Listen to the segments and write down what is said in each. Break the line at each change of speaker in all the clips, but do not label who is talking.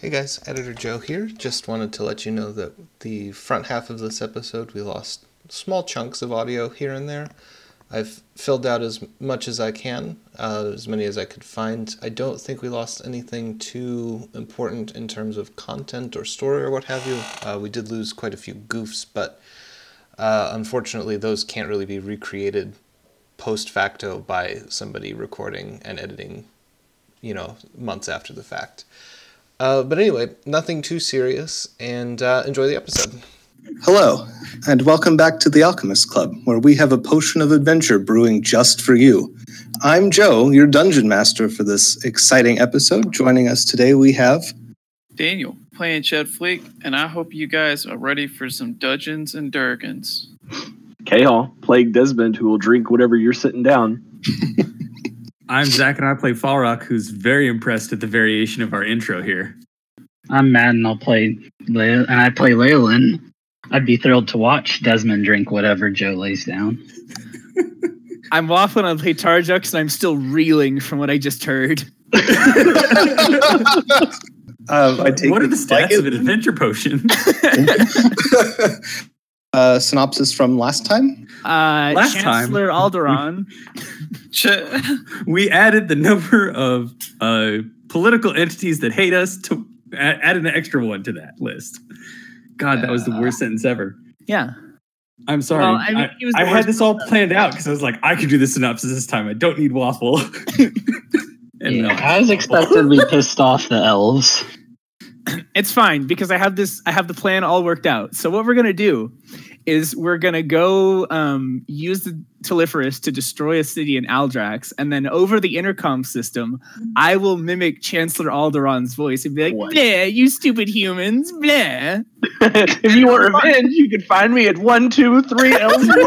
Hey guys, Editor Joe here. Just wanted to let you know that the front half of this episode, we lost small chunks of audio here and there. I've filled out as much as I can, uh, as many as I could find. I don't think we lost anything too important in terms of content or story or what have you. Uh, we did lose quite a few goofs, but uh, unfortunately, those can't really be recreated post facto by somebody recording and editing, you know, months after the fact. Uh, but anyway, nothing too serious, and uh, enjoy the episode.
Hello, and welcome back to the Alchemist Club, where we have a potion of adventure brewing just for you. I'm Joe, your dungeon master for this exciting episode. Joining us today, we have
Daniel playing Chad Fleek, and I hope you guys are ready for some dudgeons and durgans.
Cahill, plague Desmond, who will drink whatever you're sitting down.
I'm Zach, and I play Falrock, who's very impressed at the variation of our intro here.
I'm mad and I'll play Le- and I play Leyland. I'd be thrilled to watch Desmond drink whatever Joe lays down.
I'm waffling on play Tarjux and I'm still reeling from what I just heard.
uh, I take
what are
it
the
you like
stats
it?
of an adventure potion?
uh, synopsis from last time.
Uh,
Last
Chancellor Alderon.
Ch-
we added the number of uh, political entities that hate us to add, add an extra one to that list. God, that was the worst sentence ever.
Yeah.
I'm sorry.
Well, I mean, he was the
I had
worst
this all planned out because I was like, I could do the synopsis this time. I don't need waffle. and
Yeah,
no.
I was expected to be pissed off the elves.
It's fine because I have this. I have the plan all worked out. So what we're gonna do is we're gonna go um, use the Telephorus to destroy a city in Aldrax, and then over the intercom system, I will mimic Chancellor Alderon's voice and be like,
What?
"Bleh, you stupid humans, bleh."
if you want revenge, you can find me at one, two, three Elms
Oh,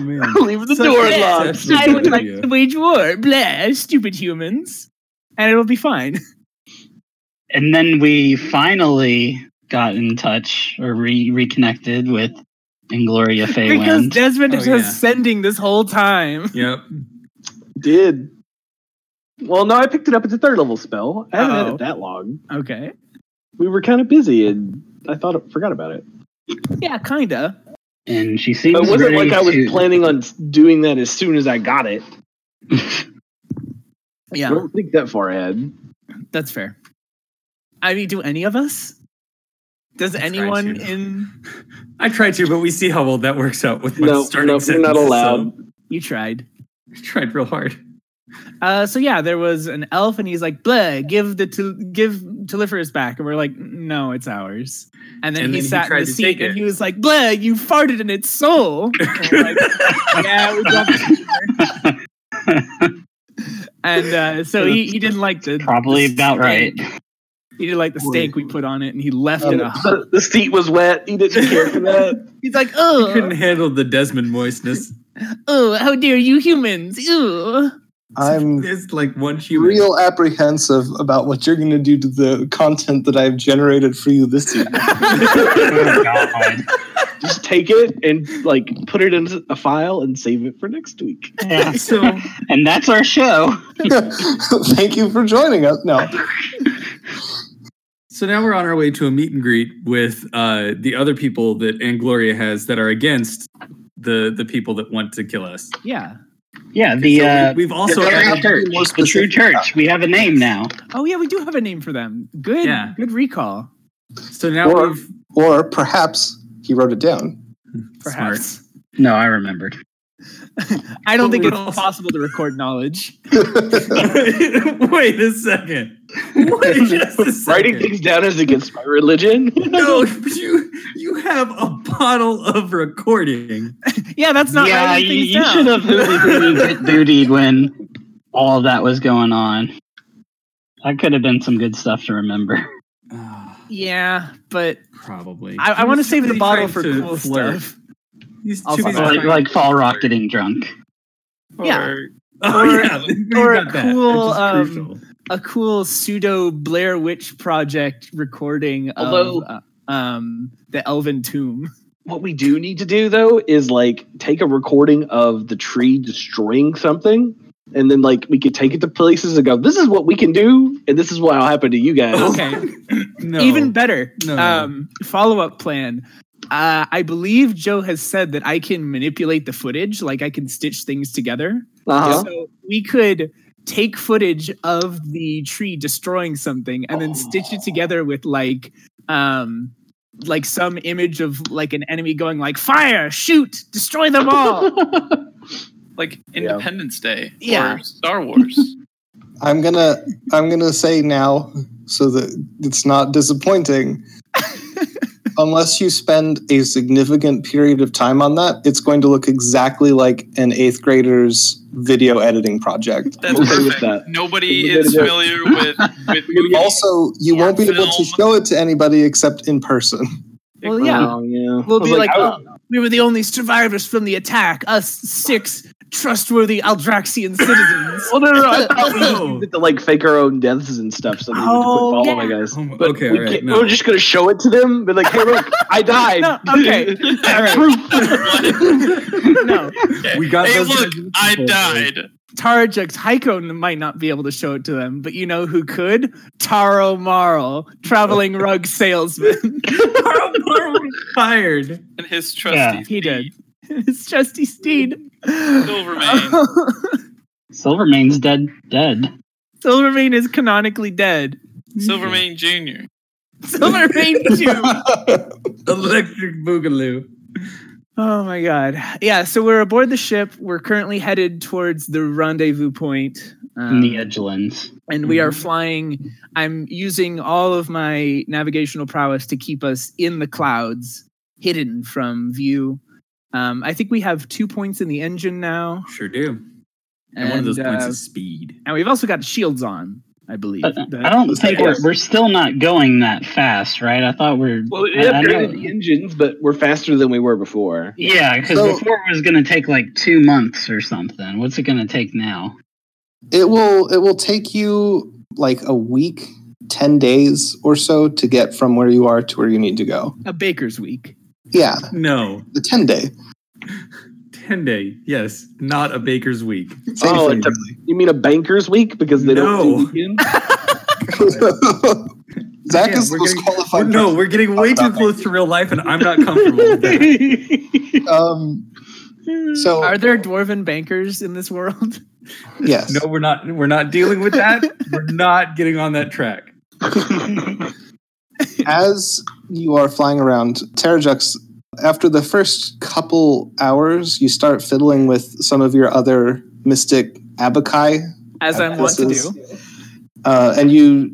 man.
Leave the
So-
door
Yeah.
locked.
Good
I would like
idea.
to wage war, bleh, stupid humans, and it'll be fine.
And then we finally got in touch or re- reconnected with Ingloria
Because
Feywind.
Desmond
Oh,
was
yeah.
sending this whole time.
Yep.
Did. Well, no, I picked it up at the third level spell. I haven't had
Oh.
it that long.
Okay.
We were kind of busy, and I thought forgot about it.
Yeah, kinda.
and she seems
But it wasn't
ready
like I was
to-
planning on doing that as soon as I got it. I
Yeah,
don't think that far ahead.
that's fair. I mean, do any of us? Does
That's right,
anyone
you know.
in
I tried to, but we see how well that works out with my
No,
starting
no, we're
sentence.
not allowed.
you tried?
I tried real hard.
Uh, so yeah, there was an elf, and he's like, "Bleh, give the tel- give Telephorus back," and we're like, "No, it's ours." And then
And
he
then he
sat
tried
in
to
the
take
seat, and
it.
he was like, "Bleh, you farted in its soul." And we're like, yeah, we got the humor. And uh, so he, he didn't like the
Probably
the
about right.
steak- He didn't like the steak we put on it, and he left
Oh.
it.
Um,
A-
so the seat was wet. He didn't care for that.
he's like,
I couldn't
"Oh,
handle the Desmond moistness.
oh, how dare you humans!" Ew.
I'm
There's like one human.
real apprehensive about what you're going to do to the content that I've generated for you this evening.
Oh, God.
Just take it and like put it in a file and save it for next week.
Yeah.
So
And that's our show.
Thank you for joining us. No,
So now we're on our way to a meet and greet with uh, the other people that Angloria has that are against the the people that want to kill us.
Yeah.
Yeah, the
So we-
uh,
we've also
very
added-
have
the
to be
church,
more
the true
specific.
church. We have a name now.
Oh yeah, we do have a name for them. Good.
Yeah.
Good recall.
so now
Or-
we've
or perhaps he wrote it down.
Perhaps.
Smart.
No, I remembered.
I don't
But
think
we
it's
also-
possible to record knowledge.
Wait a second. Wait just a second.
Writing things down is against my religion.
No, you you have a bottle of recording.
Yeah, that's not
yeah,
writing
you,
things
you
down.
should have really get bootied when all of that was going on. That could have been some good stuff to remember.
Ah,
Yeah, but
Probably.
I, I
He
want to
was
save the
too busy trying
bottle for
to
cool
flirt.
stuff.
He's
I'll
too busy
fuck off.
Like,
trying-
like Fall Rock getting drunk.
Yeah.
Or-
Oh,
or-
yeah, we've
or
got that,
cool,
which is
um,
crucial.
A cool pseudo Blair Witch Project recording
Although-
of uh, um, the Elven Tomb.
What we do need to do though is like take a recording of the tree destroying something and then like we could take it to places and go, this is what we can do, and this is what'll happen to you guys.
Okay.
No.
Even better.
No.
Um, Follow up plan. Uh, I believe Joe has said that I can manipulate the footage, like I can stitch things together.
Uh-huh.
So we could take footage of the tree destroying something and then stitch it together with like um like some image of like an enemy going like fire, shoot, destroy them all.
Like
Yeah.
Independence Day
Yeah.
or Star Wars.
I'm gonna I'm gonna say now so that it's not disappointing. Unless you spend a significant period of time on that, it's going to look exactly like an eighth grader's video editing project.
That's
Okay with
perfect.
that.
Nobody
We're gonna
is
do it.
familiar with with movies.
Also, you won't be able to
Film.
show it to anybody except in person.
well, yeah.
Oh, yeah.
We'll
I was
be like,
I was-
"Oh, we were the only survivors from the attack, us six trustworthy Aldraxian citizens.
well, no, no, no. I thought we
No.
used it to like fake our own deaths and stuff, so they
Oh,
would quit following us.
Oh my-
But
okay,
we
all right.
can't-
No.
we're just gonna show it to them, be like, "Hey, look, I died."
No, okay. All right. no,
We got
hey,
those
look,
kinds of
I
people.
died.
Tarjux Haikon might not be able to show it to them, but you know who could? Taro Marl, traveling rug salesman.
Carl Moore was fired.
And his trusty
he did. It's Trusty Steed. Silvermane.
Silvermane.
Silvermane's dead. Dead.
Silvermane is canonically dead.
Silvermane Jr.
Silvermane too.
Electric Boogaloo.
Oh my god. Yeah, so we're aboard the ship. We're currently headed towards the rendezvous point.
In
Um,
the Edgelands.
and we
Mm-hmm.
are flying. I'm using all of my navigational prowess to keep us in the clouds, hidden from view. Um, I think we have two points in the engine now.
Sure do. And,
And,
one of those points
uh,
is speed.
and we've also got shields on, I believe.
But
The-
I don't think we're,
Yes.
we're still not going that fast, right? I thought we're.
Well, it
I- I know-
upgraded the engines, but we're faster than we were before.
Yeah, because
So-
before it was going to take like two months or something. What's it going to take now?
It will it will take you like a week, 10 days or so to get from where you are to where you need to go.
a baker's week.
Yeah,
No.
the 10 day.
10 day. Yes. Not a baker's week.
Same
Oh,
thing,
it's a- You mean a banker's week because they
No.
don't do weekends?
really. Zach
Yeah,
is the
we're
most
getting-
qualified.
no, we're getting way too close to real life, and I'm not comfortable with that.
person. Um, so
Are there dwarven bankers in this world?
yes,
No, we're not. We're not dealing with that. we're not getting on that track.
as you are flying around, Terrajux, after the first couple hours, you start fiddling with some of your other mystic abakai
As I'm wont to
This is-
do.
Uh, and you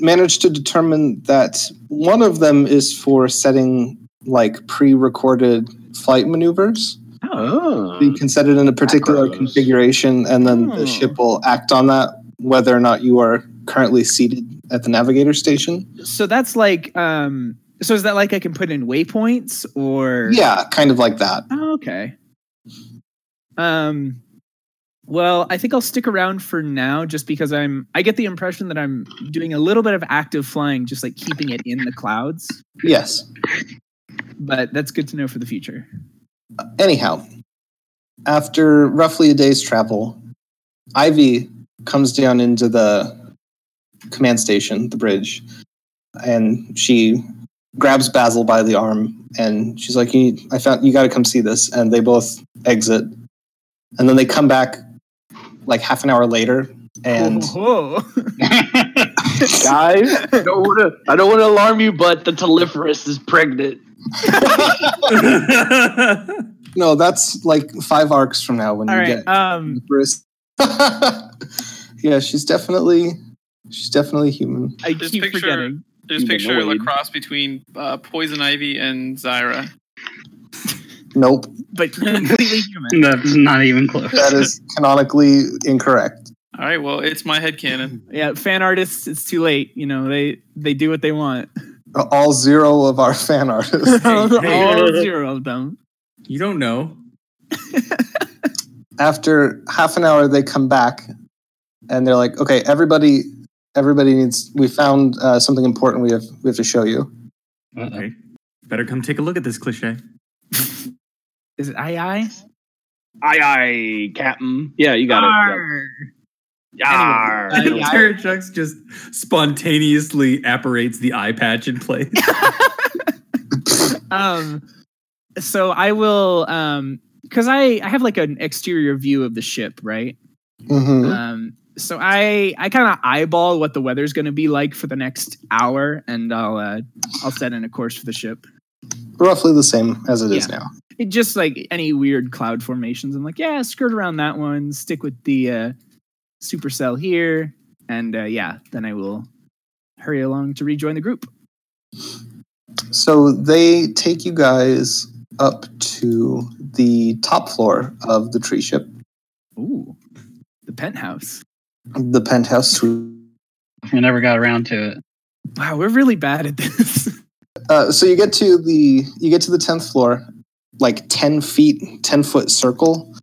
manage to determine that one of them is for setting like pre-recorded flight maneuvers.
Oh.
You can set it in a particular
Macros.
configuration, and then
Oh.
Hmm.
the ship will act on that, whether or not you are currently seated at the navigator station.
So that's like um so is that like I can put in waypoints or
Yeah, kind of like that.
Oh, okay. Um well, I think I'll stick around for now just because I'm I get the impression that I'm doing a little bit of active flying just like keeping it in the clouds,
Yes.
but that's good to know for the future.
Anyhow, after roughly a day's travel, Ivy comes down into the command station, the bridge, and she grabs Basil by the arm and she's like, you, I found you gotta come see this. And they both exit. And then they come back like half an hour later and
oh,
Guys, I don't want to. I don't want to alarm you, but the telephorus is pregnant.
no, that's like five arcs from now when
all
you
right.
get
Um
Bruce. yeah, she's definitely she's definitely human.
I
This
keep
picture-
forgetting.
There's
Even
picture of
annoyed.
lacrosse between uh, Poison Ivy and Zyra.
Nope,
But completely human.
That's not even close.
that is canonically incorrect.
All right, well, it's my headcanon.
Yeah, fan artists, it's too late. You know, they they do what they want.
All zero of our fan artists.
All zero of them.
you don't know.
After half an hour, they come back and they're like, "Okay, everybody, everybody needs. We found uh, something important. We have we have to show you."
Uh-oh.
Better come take a look at this cliche.
Is it I I?
Aye, aye, Captain. Yeah, you got it. Yar.
Uh,
Anyway,
Yar.
I-
Terror Chucks just spontaneously apparates the eye patch in place.
um so i will um because i i have like an exterior view of the ship right
Mm-hmm.
um so i i kind of eyeball what the weather's going to be like for the next hour and i'll uh i'll set in a course for the ship
Roughly the same as it is now.
it just like any weird cloud formations i'm like yeah skirt around that one stick with the uh supercell here and uh yeah then i will hurry along to rejoin the group
So they take you guys up to the top floor of the tree ship,
ooh the penthouse
the penthouse suite.
I never got around to it.
wow we're really bad at this
Uh, so you get to the you get to the tenth floor, like ten feet, ten foot circle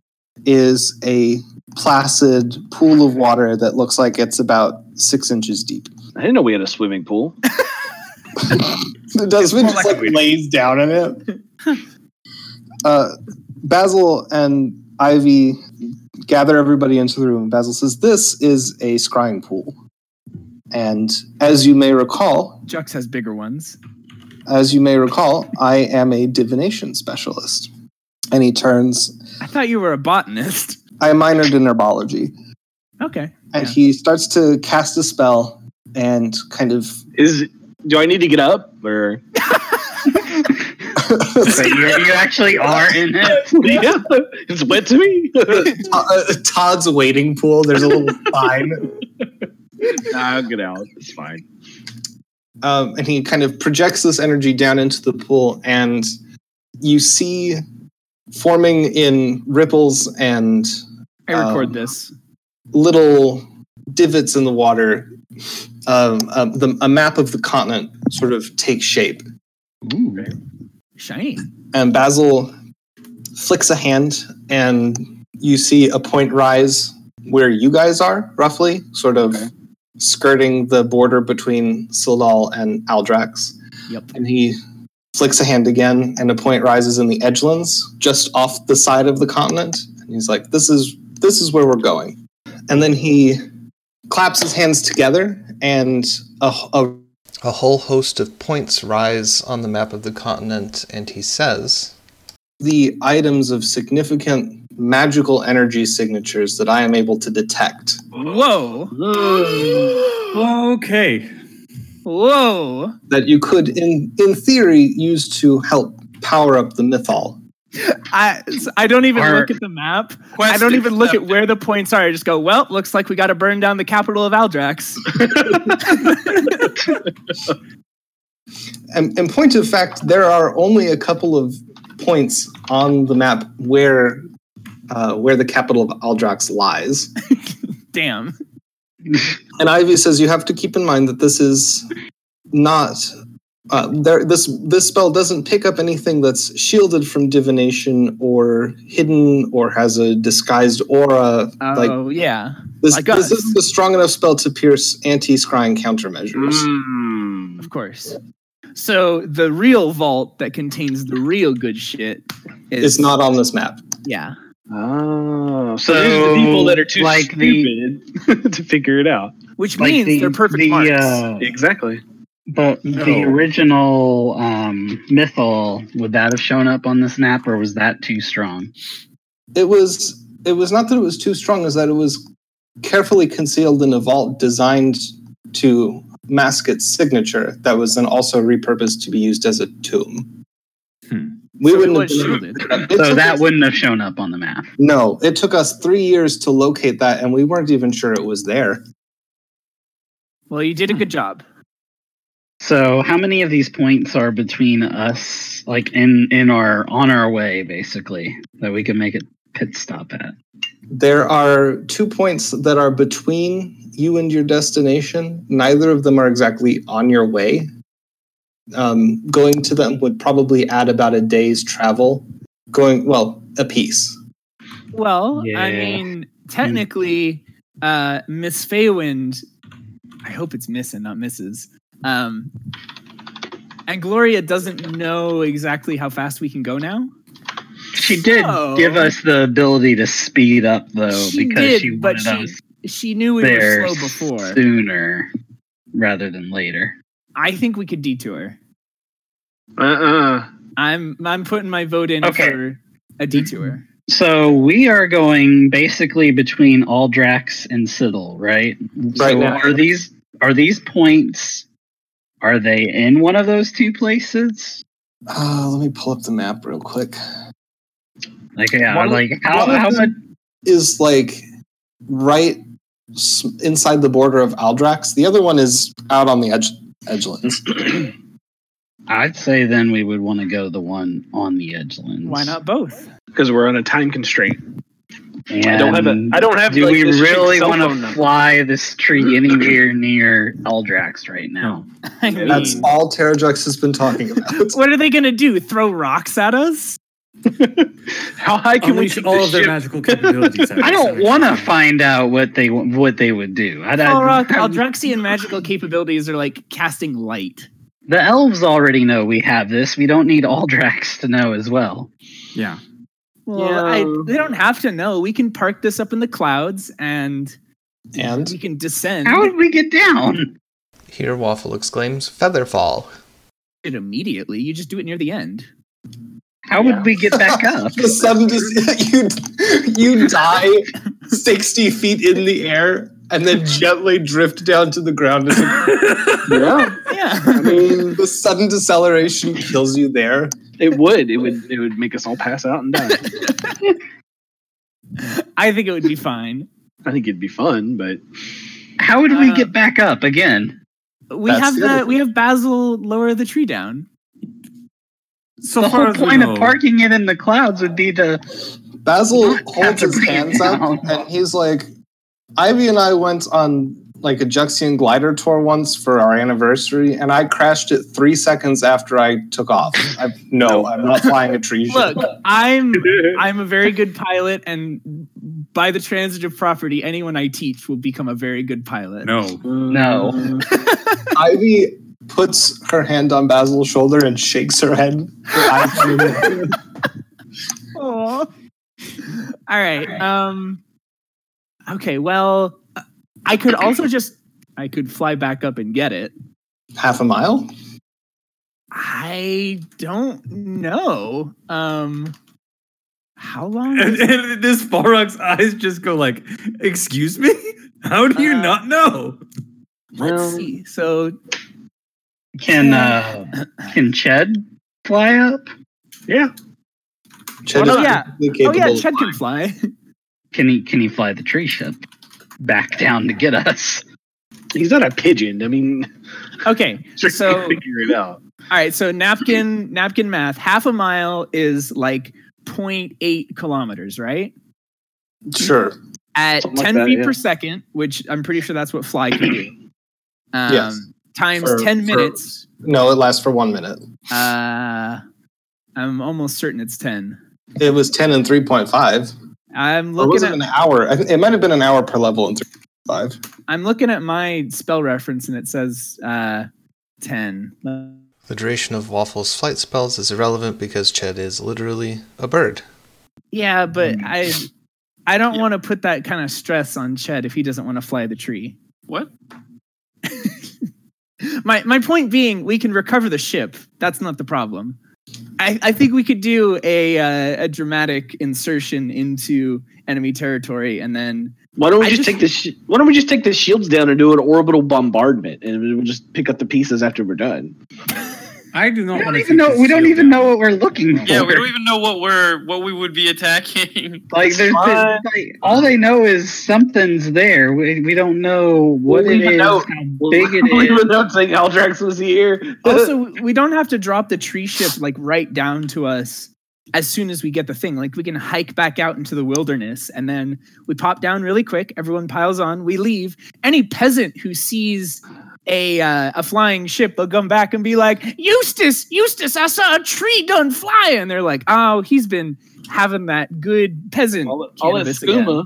is a placid pool of water that looks like it's about six inches deep.
I didn't know we had a swimming pool.
It does it just like lays down in it. uh, Basil and Ivy gather everybody into the room. Basil says, "This is a scrying pool." And as you may recall,
Jux has bigger ones.
As you may recall, I am a divination specialist. And he turns,
I thought you were a botanist.
I minored in herbology.
Okay.
And
Yeah.
he starts to cast a spell and kind of.
Is do I need to get up or?
But you, you actually are in it.
yeah, it's wet to me.
Todd's waiting pool, there's a little sign.
nah, I'll get out. It's fine.
Um, and he kind of projects this energy down into the pool, and you see forming in ripples and
I record
Um,
this.
little divots in the water. Um, um, the, a map of the continent sort of takes shape.
Shiny.
and Basil flicks a hand, and you see a point rise where you guys are, roughly, sort of skirting the border between Sildal and Aldrax.
Yep.
And he flicks a hand again, and a point rises in the Edgelands, just off the side of the continent. And he's like, "This is this is where we're going." And then he claps his hands together, and a, a
A whole host of points rise on the map of the continent, and he says,
the items of significant magical energy signatures that I am able to detect.
Whoa.
okay.
Whoa.
that you could, in in theory, use to help power up the mythol.
I I don't even
Are-
look at the map. I don't even look at where the points are. I just go, well, looks like we got to burn down the capital of Aldrax.
And, and point of fact, there are only a couple of points on the map where uh, where the capital of Aldrax lies.
Damn.
And Ivy says you have to keep in mind that this is not. Uh, there, this this spell doesn't pick up anything that's shielded from divination or hidden or has a disguised aura.
Oh,
like
yeah.
this,
like us.
this is a strong enough spell to pierce anti-scrying countermeasures.
Mm.
Of course. So the real vault that contains the real good shit is
It's not on this map.
Yeah.
Oh, so, these are the people that are too
Like the-
stupid to figure it out.
Which
Like
means
the-
they're perfect
the,
marks.
uh,
Exactly.
the, the
No.
original um, mythal would that have shown up on this map, or was that too strong?
It was it was not that it was too strong, is that it was carefully concealed in a vault designed to mask its signature that was then also repurposed to be used as a tomb.
Hmm.
We
So it
wouldn't have
was
been-
shielded.
it
So
took
that
us-
wouldn't have shown up on the map.
No, it took us three years to locate that, and we weren't even sure it was there.
Well, you did a good job.
So how many of these points are between us, like in in our on our way, basically, that we can make a pit stop at?
There are two points that are between you and your destination. Neither of them are exactly on your way. Um, going to them would probably add about a day's travel. Going, well, a piece.
Well, I
Yeah.
mean,
Hmm.
technically, uh, Miss Feywind, I hope it's Miss and not Mrs. Um, and Gloria doesn't know exactly how fast we can go now.
She did
So-
give us the ability to speed up though,
She
because
did,
she
but
wanted
she-
us
She knew we
there
were slow before.
sooner rather than later.
I think we could detour.
Uh-uh.
I'm I'm putting my vote in
Okay.
for a detour.
So we are going basically between Aldrax and Siddle, right? so
Right now.
are these are these points are they in one of those two places?
Uh, let me pull up the map real quick.
Like yeah,
One of-
like how
one of
how much
them is like right s- inside the border of Aldrax? The other one is out on the edge edgelands.
I'd say then we would want to go the one on the edgelands.
Why not both?
Because we're on a time constraint.
And
I don't have a. I don't have.
do
like,
we
this chick's
really
cell
want
phone
to
number.
fly this tree anywhere near Eldrax right now?
I mean,
That's
Mm.
all Terrajux has been talking about.
what are they gonna do? Throw rocks at us?
How high can we
Unleash
keep
all
this
of their
ship?
magical capabilities.
I don't want to find out what they what they would do. I'd,
All rock,
I'd-
Aldrexian magical capabilities are like casting light.
the elves already know we have this. We don't need Aldrax to know as well.
Yeah.
Well, I, they don't have to know. We can park this up in the clouds and
And
we can descend
How would we get down?
Here, Waffle exclaims, Featherfall.
it immediately. You just do it near the end.
How would we get back up?
the sudden just you you die sixty feet in the air and then gently drift down to the ground. As a,
Yeah,
Yeah.
I mean, the sudden deceleration kills you there.
it would. It would. It would make us all pass out and die.
I think it would be fine.
I think it'd be fun, but
How would we
Uh,
get back up again?
We
That's
have
the other
the, we have Basil lower the tree down.
So
the
far
whole
as we
point
know-
of parking it in the clouds would be to
Basil
Not
holds
after
his
breathing
hands
down.
up and he's like, Ivy and I went on like a Juxian glider tour once for our anniversary, and I crashed it three seconds after I took off. I, no, I'm not flying a tree. ship.
Look, I'm I'm a very good pilot, and by the transitive property, anyone I teach will become a very good pilot.
No.
No.
Ivy puts her hand on Basil's shoulder and shakes her head. Her eyes moving.
Aw. All right. Um. Okay. Well, I could also just I could fly back up and get it.
Half a mile?
I don't know. Um. How long?
And,
is-
and this Farrock's eyes just go like, "Excuse me? How do you
Uh,
not know?"
Let's see. So oh
can uh, can Ched fly up?
Chet
Oh,
is
yeah.
perfectly
Oh yeah,
capable.
Ched can fly.
Can he can he fly the tree ship back down to get us?
he's not a pigeon. I mean,
okay.
just
So-
figure it out.
All right. So napkin napkin math. Half a mile is like 0.8 kilometers, right?
Sure.
At
Something like
10
that,
feet
yeah.
per second, which I'm pretty sure that's what fly can do. Um,
Yes.
Times
For-
10
for-
minutes.
No, it lasts for one minute.
Uh, I'm almost certain it's 10.
It was 10 and 3.5.
I'm
Or was it
looking at
an hour? I think It might have been an hour per level in 3.5.
I'm looking at my spell reference and it says uh, 10. Uh,
The duration of Waffle's flight spells is irrelevant because Ched is literally a bird.
Yeah, but
Hmm.
I I don't want to put that kind of stress on Ched if he doesn't want to fly the tree.
What?
my my point being, we can recover the ship. That's not the problem. I, I think we could do a uh, a dramatic insertion into enemy territory, and then
Why don't we
I
just,
just-
take the sh- Why don't we just take the shields down and do an orbital bombardment, and we'll just pick up the pieces after we're done.
I do not want
We don't
to
even know. We don't even know what we're looking for.
Yeah,
Yeah, we don't even know what we're what we would be attacking.
Like there's
Fine.
been, like, all they know is something's there. We, we don't know what
We'll
it
leave a
is,
note.
how big it
Leave a
is.
note saying Aldrax was here.
also we don't have to drop the tree ship like right down to us as soon as we get the thing. Like we can hike back out into the wilderness, and then we pop down really quick. Everyone piles on. We leave. Any peasant who sees a uh, a flying ship will come back and be like, Eustace, Eustace, I saw a tree gun fly, and they're like, oh, he's been having that good peasant.
all, all that
Cannabis
skooma.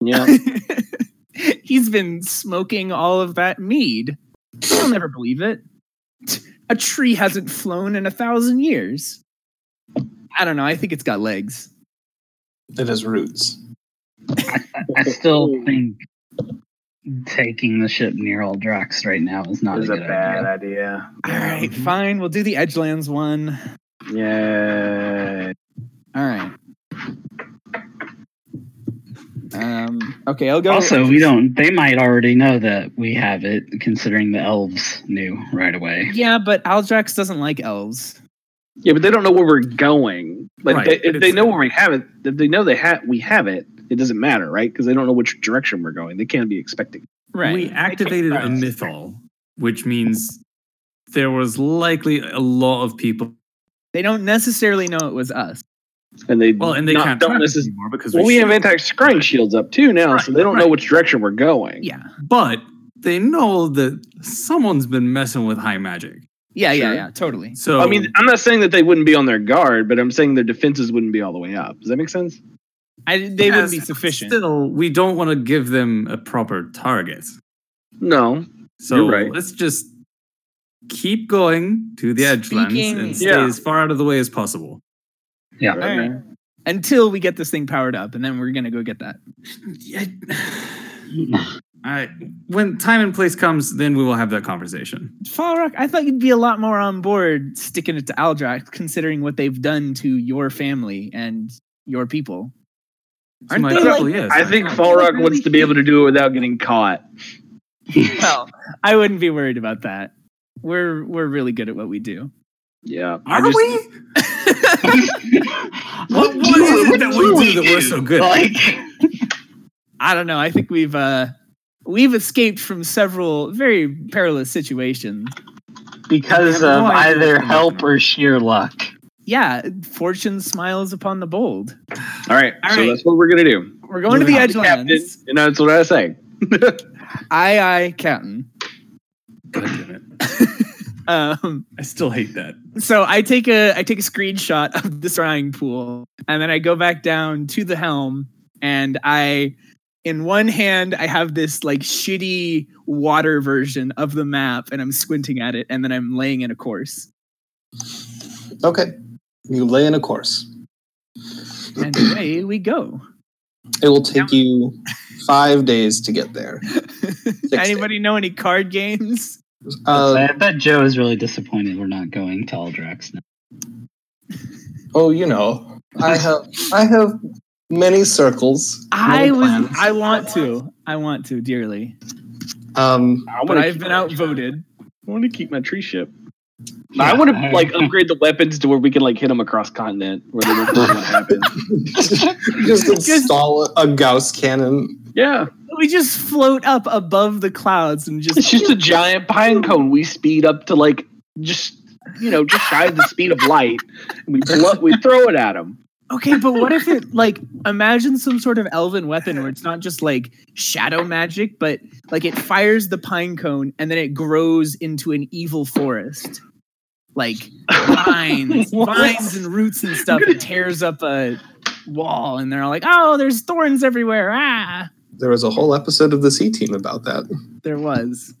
Yeah.
he's been smoking all of that mead. They'll never believe it. A tree hasn't flown in a thousand years. I don't know. I think it's got legs.
It has roots.
I still think taking the ship near all Drax right now is not
It's
a
a
good
bad
idea.
idea.
All right,
Um,
fine. We'll do the Edgelands one.
Yeah.
All right. Um, okay, I'll go.
Also, we don't. They might already know that we have it, considering the elves knew right away.
Yeah, but Aldrax doesn't like elves.
Yeah, but they don't know where we're going. Like
Right,
they,
but
if they
it's-
know where we have it, if they know they have we have it, it doesn't matter, right? Because they don't know which direction we're going. They can't be expecting.
We activated a mythol, which means there was likely a lot of people.
They don't necessarily know it was us.
And they
Well, and they
not,
can't
don't
track us
necessarily.
anymore because
Well,
we
we have
shoot.
anti scrying shields up too now, so
Right,
they don't know
right.
which direction we're going.
Yeah.
but they know that someone's been messing with high magic.
Yeah, yeah,
Sure.
yeah, totally.
So
I mean, I'm not saying that they wouldn't be on their guard, but I'm saying their defenses wouldn't be all the way up. Does that make sense?
I, they
yes,
wouldn't be sufficient.
Still, we don't want to give them a proper target.
No.
So
You're right.
let's just keep going to the edge lands
Speaking-
and stay
Yeah.
as far out of the way as possible.
Yeah.
All right. Until we get this thing powered up, and then we're gonna go get that.
Yeah. I, when time and place comes, then we will have that conversation.
Falrock, I thought you'd be a lot more on board sticking it to Aldrax, considering what they've done to your family and your people.
To
Aren't
my
they
people,
like?
"Oh, yes,
I think Falrock wants to be able to do it without getting caught.
Well, I wouldn't be worried about that. We're we're really good at what we do.
Yeah. I
Are
just-
we? What, what is it that we do that we're so good at?
Like,
I don't know. I think we've uh we've escaped from several very perilous situations.
because
I have
of
no idea
either
what's
help
happening.
or sheer luck.
Yeah, fortune smiles upon the bold.
All right.
All
so
right.
that's what we're going to do.
We're going to the
You're not captain,
Edgelands.
And that's what I was saying.
Aye, aye, Captain.
God damn it.
Um,
I still hate that.
so I take a I take a screenshot of the drying pool, and then I go back down to the helm, and I, in one hand, I have this like shitty water version of the map, and I'm squinting at it, and then I'm laying in a course.
Okay. You lay in a course.
And away we go.
It will take you five days to get there.
Anybody know any card games?
Uh,
I bet Joe is really disappointed we're not going to Aldrax now.
oh, you know, I have I have many circles.
I
many
was.
plans.
I want to. I want to dearly,
Um,
I
but
wanna
I've
keep
been
my-
outvoted.
I want to keep my tree ship. I want to like upgrade the weapons to where we can like hit them across continent where they don't know what happened.
just install a Gauss cannon.
Yeah,
We just float up above the clouds and
it's
just.
just a giant pine cone. We speed up to like just you know just shy of the speed of light. And we blow, we throw it at them.
okay, but what if it like imagine some sort of elven weapon where it's not just like shadow magic, but like it fires the pine cone and then it grows into an evil forest, like vines, vines and roots and stuff. It tears up a wall, and they're all like, "Oh, there's thorns everywhere!" Ah,
There was a whole episode of the C Team about that.
there was.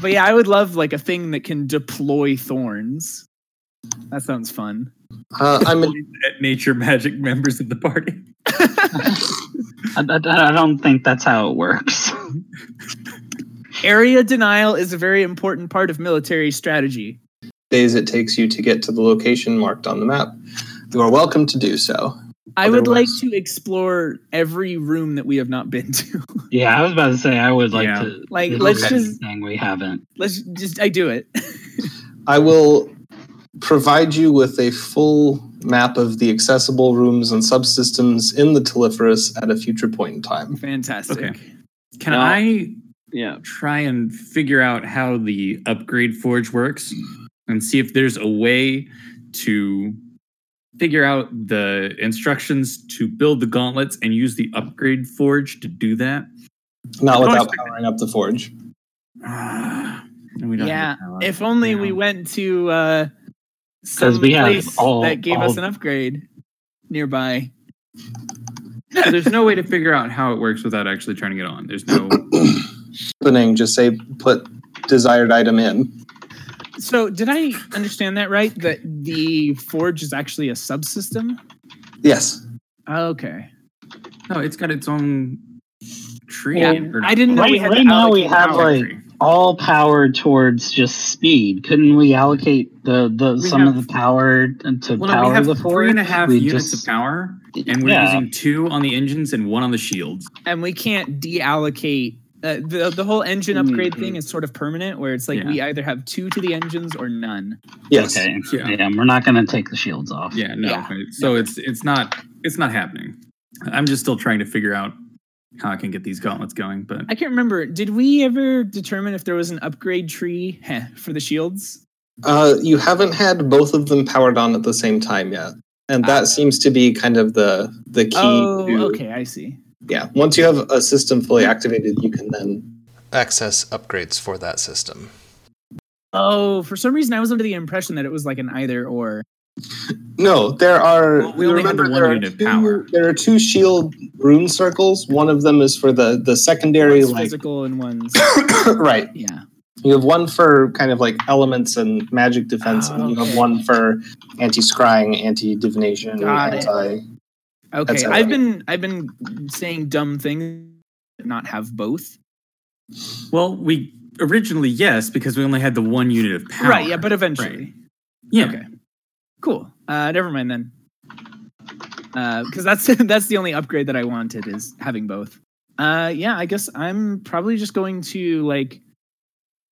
But yeah, I would love like a thing that can deploy thorns. That sounds fun.
Uh, I'm in,
At nature magic members of the party.
I, I- I don't think that's how it works.
Area denial is a very important part of military strategy.
days it takes you to get to the location marked on the map. You are welcome to do so.
I would like
Otherwise-
to explore every room that we have not been to.
yeah, I was about to say I would like
Yeah.
to.
Like, let's
look at
just-
anything we haven't.
Let's just I do it.
I will provide you with a full map of the accessible rooms and subsystems in the Telephorus at a future point in time.
Fantastic.
Okay. Can
No.
I
Yeah,
try and figure out how the upgrade forge works and see if there's a way to figure out the instructions to build the gauntlets and use the upgrade forge to do that?
Not
Of course.
without powering up the forge.
And we don't
Yeah.
have the power.
If only we
Yeah.
went to uh some
'Cause we have
place
all-
that gave us
all-
an upgrade nearby.
So there's no way to figure out how it works without actually turning it on. There's no
Opening, just say put desired item in.
So did I understand that right? That the forge is actually a subsystem?
Yes.
Okay.
No, it's got its own tree.
Yeah,
or-
I didn't know
Right,
we had to
right now we
allocate
have
power.
like all power towards just speed. Couldn't we allocate the, the
We
some
have-
of the power
well,
to
no,
power
we have
the
three
forge?
and a half
We
units
just-
of power, and we're
Yeah.
using two on the engines and one on the shields.
and we can't deallocate. Uh, the the whole engine
Mm-hmm.
upgrade
Mhm.
thing is sort of permanent, where it's like we either have two to the engines or none.
Yes.
Okay.
Yeah.
Yeah. we're not going to take the shields off.
Yeah, no.
Yeah.
right. So it's it's not it's not happening. I'm just still trying to figure out how I can get these gauntlets going, but
I can't remember. Did we ever determine if there was an upgrade tree heh, for the shields?
Uh, you haven't had both of them powered on at the same time yet, and that seems to be kind of the the key.
Oh,
to-
okay, I see.
Yeah. Once you have a system fully activated, you can then.
Access upgrades for that system.
Oh, for some reason I was under the impression that it was like an either or.
No, there are.
Well, we only had
remember
the one
there are
unit of
two-
power.
There are two shield rune circles. One of them is for the the secondary,
One's
like
physical and one's
right.
yeah.
You have one for kind of like elements and magic defense,
Ah,
and you have
okay.
one for anti scrying, anti divination,
Got it.
anti.
Okay,
That's how
I've
I-
been I've been saying dumb things, not have both.
well, we originally yes because we only had the one unit of power.
Right, yeah, but eventually.
yeah.
Okay. Cool. Uh, never mind then. Because that's that's the only upgrade that I wanted is having both. Uh, yeah, I guess I'm probably just going to like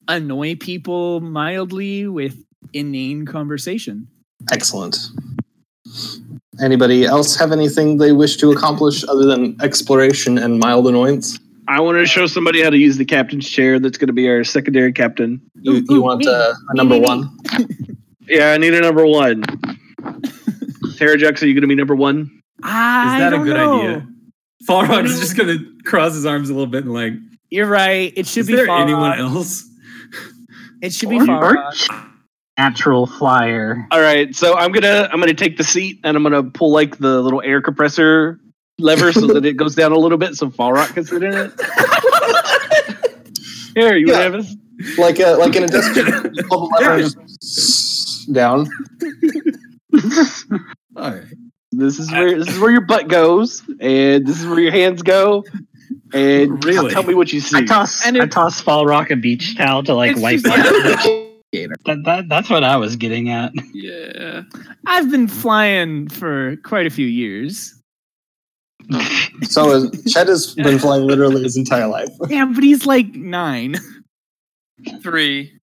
annoy people mildly with inane conversation.
Excellent. Anybody else have anything they wish to accomplish other than exploration and mild annoyance?
I want to show somebody how to use the captain's chair. That's going to be our secondary captain.
You,
Ooh,
you
ooh,
want
me.
uh, a number
me, me.
one?
Yeah, I need a number one. Tara Jux, are you going to be number one?
I
Is that a
don't
good
know.
idea? Falrod is just gonna cross his arms a little bit and like,
You're right. It should
is
be
there
Farah.
anyone else?
It should be
Or-
Farah.
Natural flyer.
All right, so I'm gonna I'm gonna take the seat and I'm gonna pull like the little air compressor lever so that it goes down a little bit so Fall Rock can sit in it. Here, you
Yeah.
have us.
Like a, like in a desperate you pull the lever and just down.
All right.
This is where this is where your butt goes, and this is where your hands go. And just
Really?
tell me what you see.
I toss
And
I
it-
toss Fall Rock a beach towel to like
It's
wipe
just-
up. That, that, that's what I was getting at.
Yeah.
I've been flying for quite a few years.
So is, Chet has been flying literally his entire life.
Yeah, but he's like nine.
Three.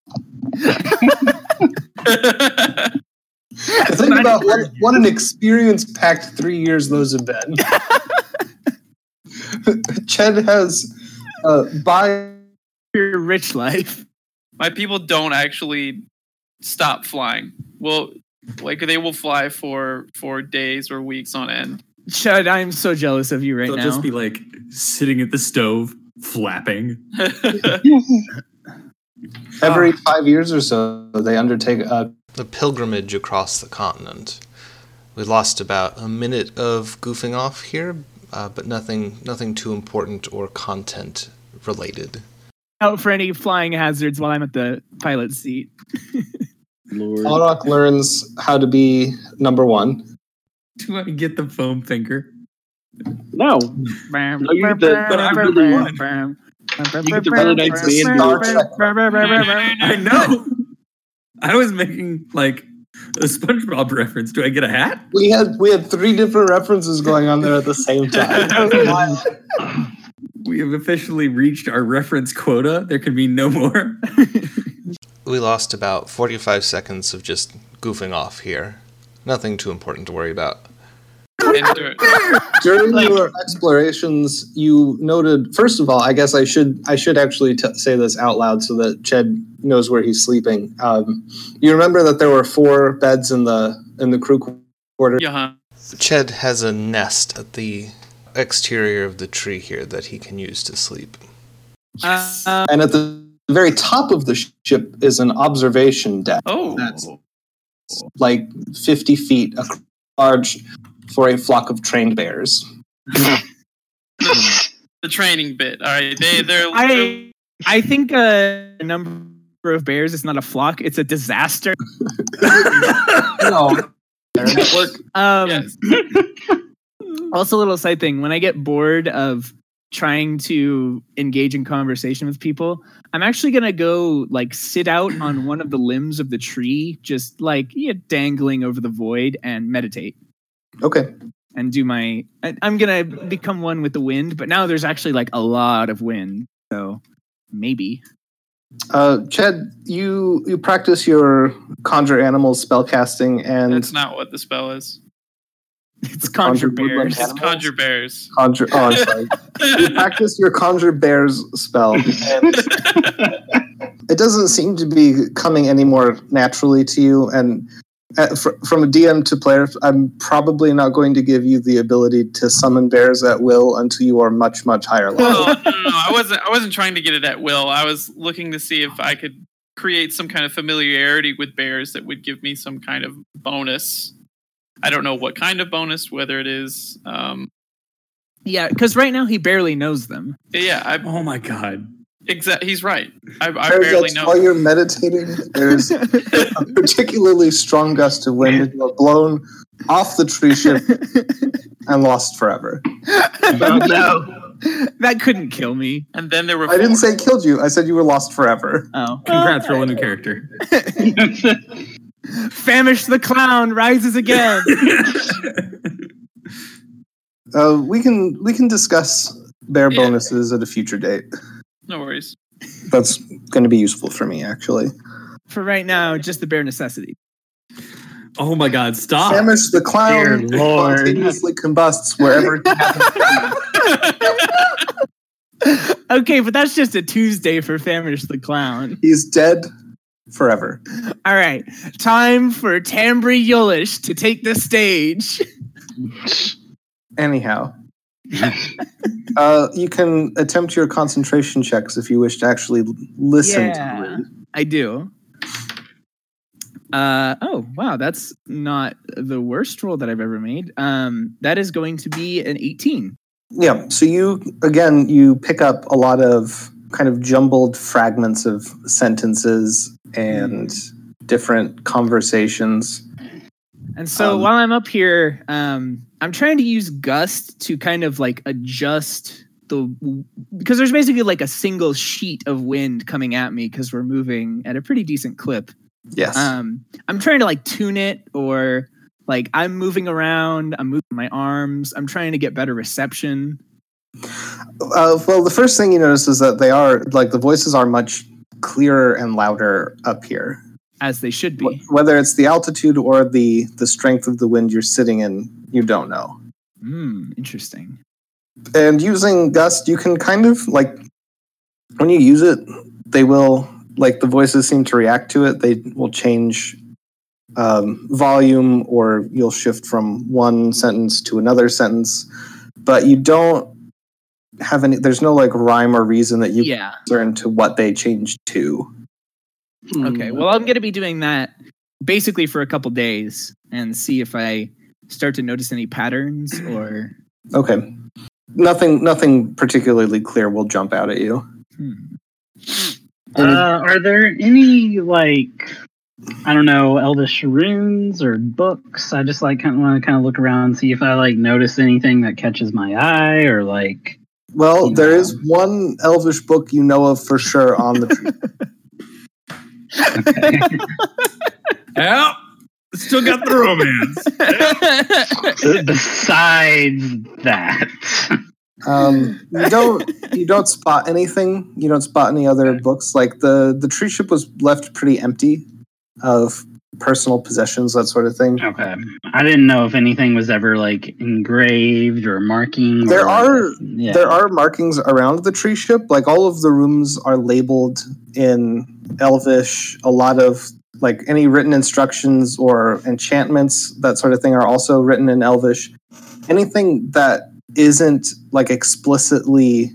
The thing about what, what an experience-packed three years those have been. Chet has, uh, by
Your rich life.
My people don't actually stop flying. Well, like they will fly for for days or weeks on end.
Chud, I'm so jealous of you right
They'll
now.
just be like sitting at the stove, flapping.
every five years or so, they undertake a
Ah. The pilgrimage across the continent. We lost about a minute of goofing off here, uh, but nothing nothing too important or content related.
out for any flying hazards while I'm at the pilot seat.
Lord.
Alrock learns how to be number one.
Do I get the foam finger?
No. you get the-
but I'm really one.
get the really nice man
I know. I was making like a SpongeBob reference. Do I get a hat?
We had we had three different references going on there at the same time.
We have officially reached our reference quota. There can be no more.
We lost about 45 seconds of just goofing off here. Nothing too important to worry about.
And do it.
During your explorations, you noted first of all, I guess I should I should actually t- say this out loud so that Ched knows where he's sleeping. Um, you remember that there were four beds in the in the crew quarter.
Yeah.
Ched has a nest at the exterior of the tree here that he can use to sleep.
Uh,
And at the very top of the ship is an observation deck.
Oh.
That's- like 50 feet ac- large for a flock of trained bears.
The, the training bit. All right. They they're,
I I think uh, number of bears. It's not a flock. It's a disaster.
No.
Um,
Yes.
Also, a little side thing. When I get bored of trying to engage in conversation with people, I'm actually gonna go like sit out on one of the limbs of the tree, just like yeah, dangling over the void, and meditate
Okay.
and do my. I, I'm gonna become one with the wind. But now there's actually like a lot of wind, so maybe.
Uh, Chad, you you practice your conjure animals spell casting and
That's not what the spell is.
It's conjure
woodland
bears.
animals?
Conjure bears.
conjure. Oh, I'm sorry. you practice your conjure bears spell. And it doesn't seem to be coming any more naturally to you. And uh, fr- from a DM to player, I'm probably not going to give you the ability to summon bears at will until you are much much higher level.
Well, no, no, no, I wasn't. I wasn't trying to get it at will. I was looking to see if I could create some kind of familiarity with bears that would give me some kind of bonus. I don't know what kind of bonus, whether it is. Um,
Yeah, because right now he barely knows them.
yeah, I,
Oh my god.
Exactly. He's right. I, I
Bear
barely
guts While
know.
you're meditating, there's a particularly strong gust of wind, and you're blown off the tree ship and lost forever.
that couldn't kill me.
And then there were.
I didn't
four.
say killed you. I said you were lost forever.
Oh.
Congrats, roll a new character.
Famish the clown rises again.
Uh, we can we can discuss bear
Yeah.
bonuses at a future date.
No worries.
That's going to be useful for me, actually.
For right now, just the bare necessity.
Oh my god, stop.
Famish the
Ah, Dear
clown
Lord.
spontaneously combusts wherever. he happens to be.
Okay, but that's just a Tuesday for Famish the clown.
He's dead forever.
All right, time for Tambri Yulish to take the stage.
Anyhow, uh, you can attempt your concentration checks if you wish to actually listen
Yeah.
to Rude.
I do. Uh oh wow that's not the worst roll that I've ever made. Um that is going to be an 18.
Yeah. So you again, you pick up a lot of kind of jumbled fragments of sentences and different conversations.
And so
Um,
while I'm up here, um, I'm trying to use Gust to kind of like adjust the because there's basically like a single sheet of wind coming at me because we're moving at a pretty decent clip.
Yes.
Um, I'm trying to like tune it or like I'm moving around, I'm moving my arms, I'm trying to get better reception.
uh, well, the first thing you notice is that they are like the voices are much clearer and louder up here.
As they should
Wh-
be.
Whether it's the altitude or the the strength of the wind you're sitting in, you don't know.
Hmm, interesting.
and using gust you can kind of like when you use it they will like the voices seem to react to it they will change um, volume or you'll shift from one sentence to another sentence but you don't have any there's no like rhyme or reason that you
yeah.
can learn to what they change to
Okay. Well, I'm going to be doing that basically for a couple days and see if I start to notice any patterns or.
okay nothing nothing particularly clear will jump out at you
Hmm.
Uh, are there any like I don't know, Eldish runes or books? I just like kind of want to kind of look around and see if I like notice anything that catches my eye or like.
well there is one elvish book you know of for sure on the tree
Yep. Still got the romance.
Besides that,
Um, you don't you don't spot anything. You don't spot any other books. Like the the tree ship was left pretty empty of personal possessions, that sort of thing.
okay. I didn't know if anything was ever like engraved or marking.
There
or, like,
are-
yeah.
There are markings around the tree ship. Like all of the rooms are labeled in Elvish. A lot of like any written instructions or enchantments, that sort of thing, are also written in Elvish. Anything that isn't like explicitly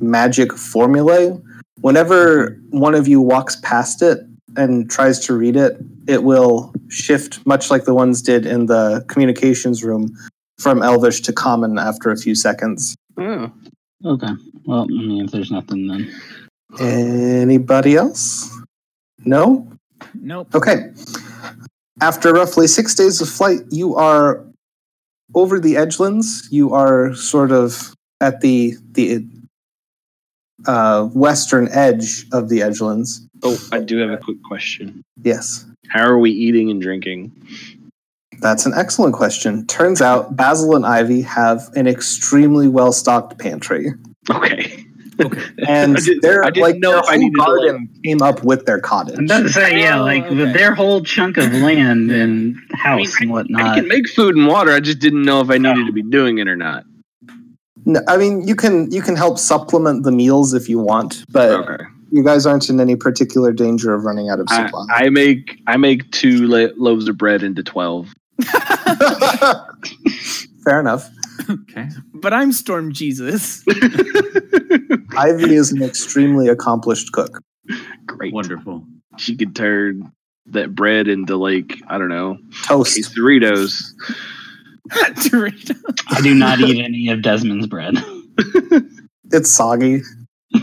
magic formulae, whenever one of you walks past it and tries to read it, it will shift, much like the ones did in the communications room, from Elvish to Common after a few seconds.
Oh.
Okay. Well, I mean, if there's nothing, then
Anybody else? No?
Nope.
Okay. After roughly six days of flight, you are over the edgelands. You are sort of at the the uh, western edge of the edgelands.
Oh, I do have a quick question.
Yes,
How are we eating and drinking?
that's an excellent question. Turns out Basil and Ivy have an extremely well stocked pantry,
Okay.
and
I didn't-
their
I didn't
like
know
their
if I
whole
needed to, like-
garden came up with their
I'm
cottage.
about to say, yeah, like
okay.
with their whole chunk of land and house and
I
whatnot.
can make food and water. I just didn't know if I needed to be doing it or not.
No, I mean, you can you can help supplement the meals if you want, but
Okay.
you guys aren't in any particular danger of running out of
I,
supply.
I make I make two lo- loaves of bread into twelve.
Fair enough.
Okay.
But I'm Storm Jesus.
Ivy is an extremely accomplished cook.
Great.
Wonderful.
She could turn that bread into like I don't know
Toast.
quesadillas.
Dorito.
I do not eat any of Desmond's bread.
It's soggy.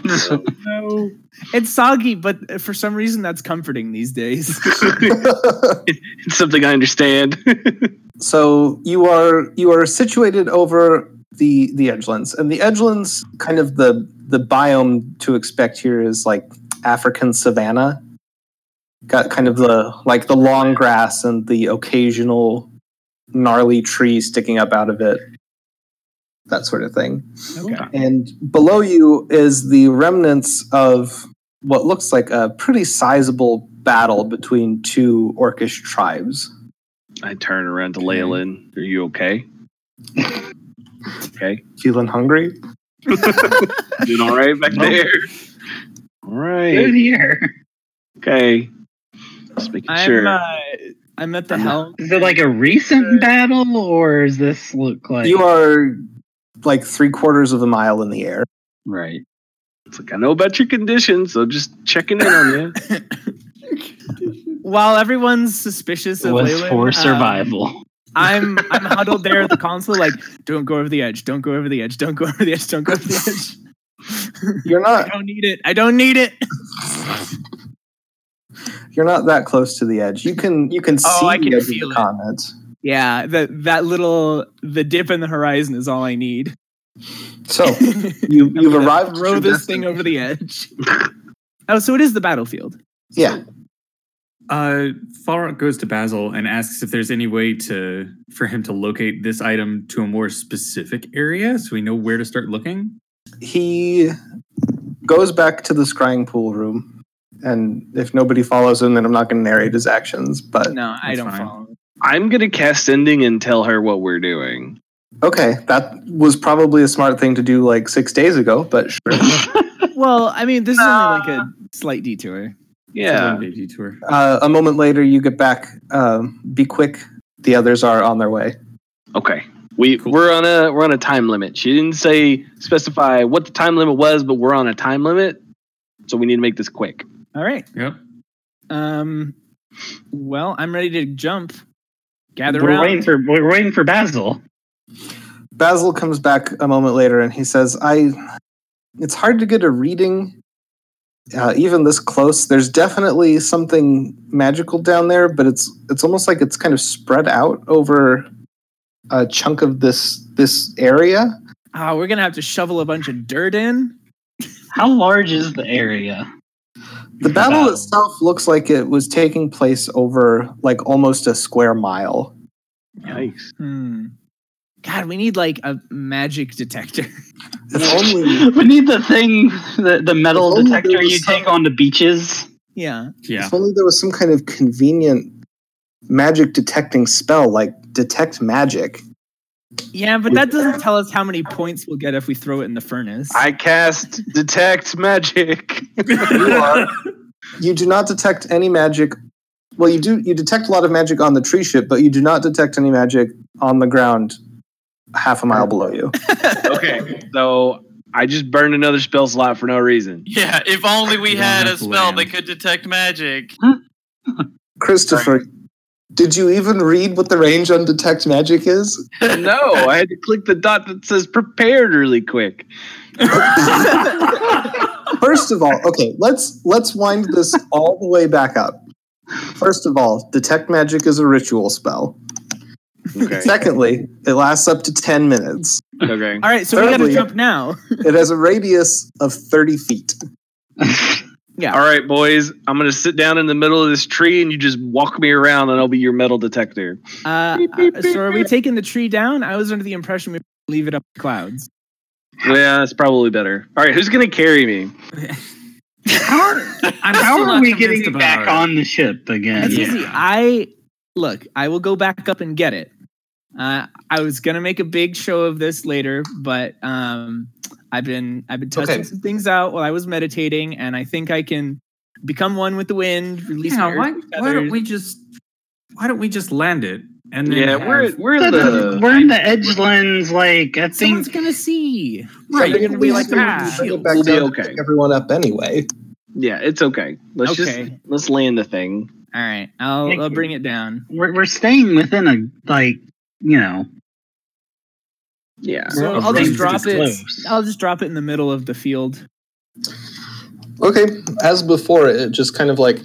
no. It's soggy, but for some reason that's comforting these days.
it's something I understand.
so you are you are situated over the the edgelands, and the edgelands kind of the the biome to expect here is like African savanna. Got kind of the like the long grass and the occasional gnarly tree sticking up out of it. That sort of thing.
Okay.
And below you is the remnants of what looks like a pretty sizable battle between two orcish tribes.
I turn around to Leyland. Are you okay? okay.
Feeling hungry?
Doing all right back there. All
Good
right.
here.
Okay. Just making
I'm
sure.
uh, I'm at the helm.
Is it like a recent battle, or is this look like
Uh, You are like three quarters of a mile in the air.
right?
It's like I know about your condition, so just checking in on you.
While everyone's suspicious
It
of
was
Leyland,
for
um,
survival.
I'm I'm huddled there at the console, like, don't go over the edge, don't go over the edge, don't go over the edge, don't go over the edge.
You're
I
not
don't need it. I don't need it.
you're not that close to the edge. You can you can
Oh,
see
I can
the edge of
feel
the
it.
continent.
Yeah, that that little the dip in the horizon is all I need.
So you
I'm
Oh. you've
gonna
arrived. at
Throw
your
this thing over the edge. oh, so it is the battlefield.
Yeah.
Uh, Falrock goes to Basil and asks if there's any way to for him to locate this item to a more specific area, so we know where to start looking.
He goes back to the scrying pool room. And if nobody follows him, then I'm not going to narrate his actions. But
No, I
That's
don't
fine.
follow.
I'm gonna cast ending and tell her what we're doing.
Okay, that was probably a smart thing to do like six days ago, but sure.
Well, I mean, this is only like a slight detour.
Yeah.
One-day detour.
uh, a moment later, you get back. Um, be quick. The others are on their way.
Okay. We we're on a we're on a time limit. She didn't say specify what the time limit was, but we're on a time limit, so we need to make this quick.
All right.
Yep.
Um. Well, I'm ready to jump. Gather
We're
around.
waiting for we're waiting for Basil.
Basil comes back a moment later and he says, I. It's hard to get a reading, uh, even this close. There's definitely something magical down there, but it's it's almost like it's kind of spread out over a chunk of this this area.
Oh, we're gonna have to shovel a bunch of dirt in.
How large is the area? uh,
The battle itself looks like it was taking place over like almost a square mile.
Nice.
Hmm. God, we need like a magic detector.
If only
we need the thing, the, the metal
If only there
detector
was
you
some-
take on the beaches.
yeah.
Yeah.
If only there was some kind of convenient magic detecting spell, like detect magic.
Yeah, but that doesn't tell us how many points we'll get if we throw it in the furnace.
I cast detect magic.
You, are, you do not detect any magic. Well, you do. You detect a lot of magic on the tree ship, but you do not detect any magic on the ground, half a mile below you.
okay. So I just burned another spell slot for no reason.
Yeah, if only we
You don't
had a
have to
spell
land.
that could detect magic.
Hmm,
Christopher, did you even read what the range on detect magic is?
no, I had to click the dot that says prepared really quick.
First of all, okay, let's let's wind this all the way back up. First of all, detect magic is a ritual spell.
Okay.
Secondly, it lasts up to 10 minutes.
okay.
All right, so we gotta
Thirdly-
jump now.
It has a radius of 30 feet.
All right, boys. I'm gonna sit down in the middle of this tree, and you just walk me around, and I'll be your metal detector.
Uh, uh, so are we taking the tree down? I was under the impression we leave it up to clouds.
Yeah, that's probably better. All right, who's gonna carry me?
How are,
I'm
how
still
are
not
we
convinced
getting it
about
back
it.
on the ship again?
That's
Yeah.
easy. I look. I will go back up and get it. Uh, I was gonna make a big show of this later, but um, I've been I've been touching
Okay.
some things out while I was meditating, and I think I can become one with the wind. Release
Yeah,
my
why,
earth
why don't
feathers.
we just why don't we just land it and then
Yeah,
have-
we're we're
That's-
the
we're in the edgelands, like I
Someone's
think
gonna see.
right.
They're gonna be like,
Bring
ah,
it back
We'll be
down and
okay.
pick everyone up anyway.
yeah. It's okay. Let's just
Okay.
let's land the thing.
all right, I'll, I'll bring it down.
we're, we're staying within a like you know.
Yeah.
So
we're
I'll
pretty
just drop it.
close.
I'll just drop it in the middle of the field.
Okay, as before, it just kind of like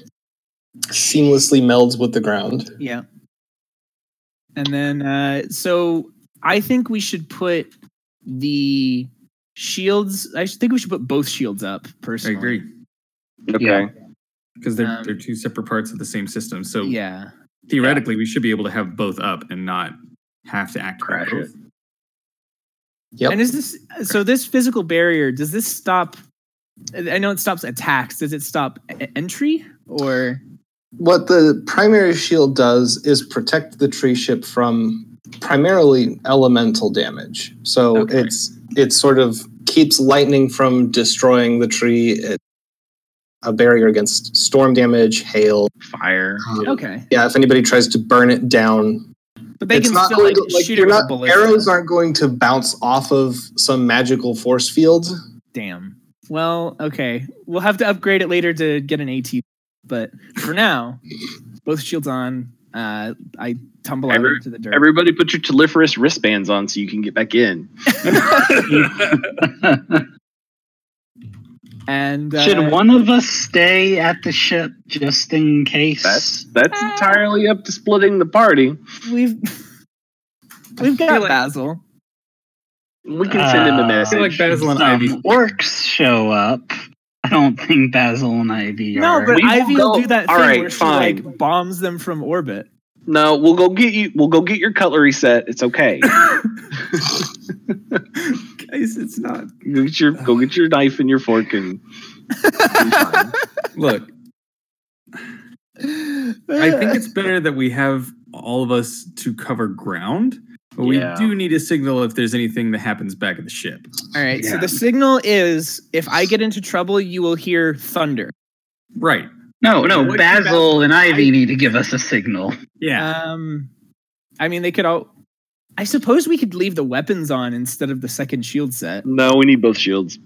seamlessly melds with the ground.
Yeah. And then, uh, so I think we should put the shields. I should- think we should put both shields up.
I
Personally,
agree
Okay.
Yeah.
because they're
Um,
they're two separate parts of the same system. So
Yeah.
theoretically, we should be able to have both up and not have to act
Crash
both.
Yep.
And is this so? This physical barrier does this stop? I know it stops attacks. Does it stop e- entry or?
What the primary shield does is protect the tree ship from primarily elemental damage. So
Okay.
it's it sort of keeps lightning from destroying the tree. It, a barrier against storm damage, hail.
Fire.
um,
Okay,
Yeah, if anybody tries to burn it down,
but they
it's
can
not
still
going
like,
to, like
shoot
you're
it with a
not,
bullet.
arrows aren't going to bounce off of some magical force field.
Damn. Well, okay. We'll have to upgrade it later to get an AT. But for now, both shields on. Uh, I tumble
Every-
out into the dirt.
Everybody, put your telephorous wristbands on so you can get back in.
and uh,
Should one of us stay at the ship just in case?
That's that's entirely up to splitting the party.
we've we've got
feel like-
Basil.
We can send him a
Uh,
message.
feel like Basil and
Some
Ivy-
orcs show up. I don't think Basil and Ivy are.
No, but
We will
Ivy will
go-
do that
All
thing
right,
where she
fine.
like bombs them from orbit.
No, we'll go get you. We'll go get your cutlery set. It's okay.
Guys, it's not.
go get your go get your knife and your fork and.
Look, I think it's better that we have all of us to cover ground, but
Yeah.
we do need a signal if there's anything that happens back at the ship.
all right. So
Yeah.
the signal is: if I get into trouble, you will hear thunder.
Right.
no, no,
What-
Basil and Ivy need to give us a signal.
Yeah.
Um, I mean, they could all. I suppose we could leave the weapons on instead of the second shield set.
No, we need both shields.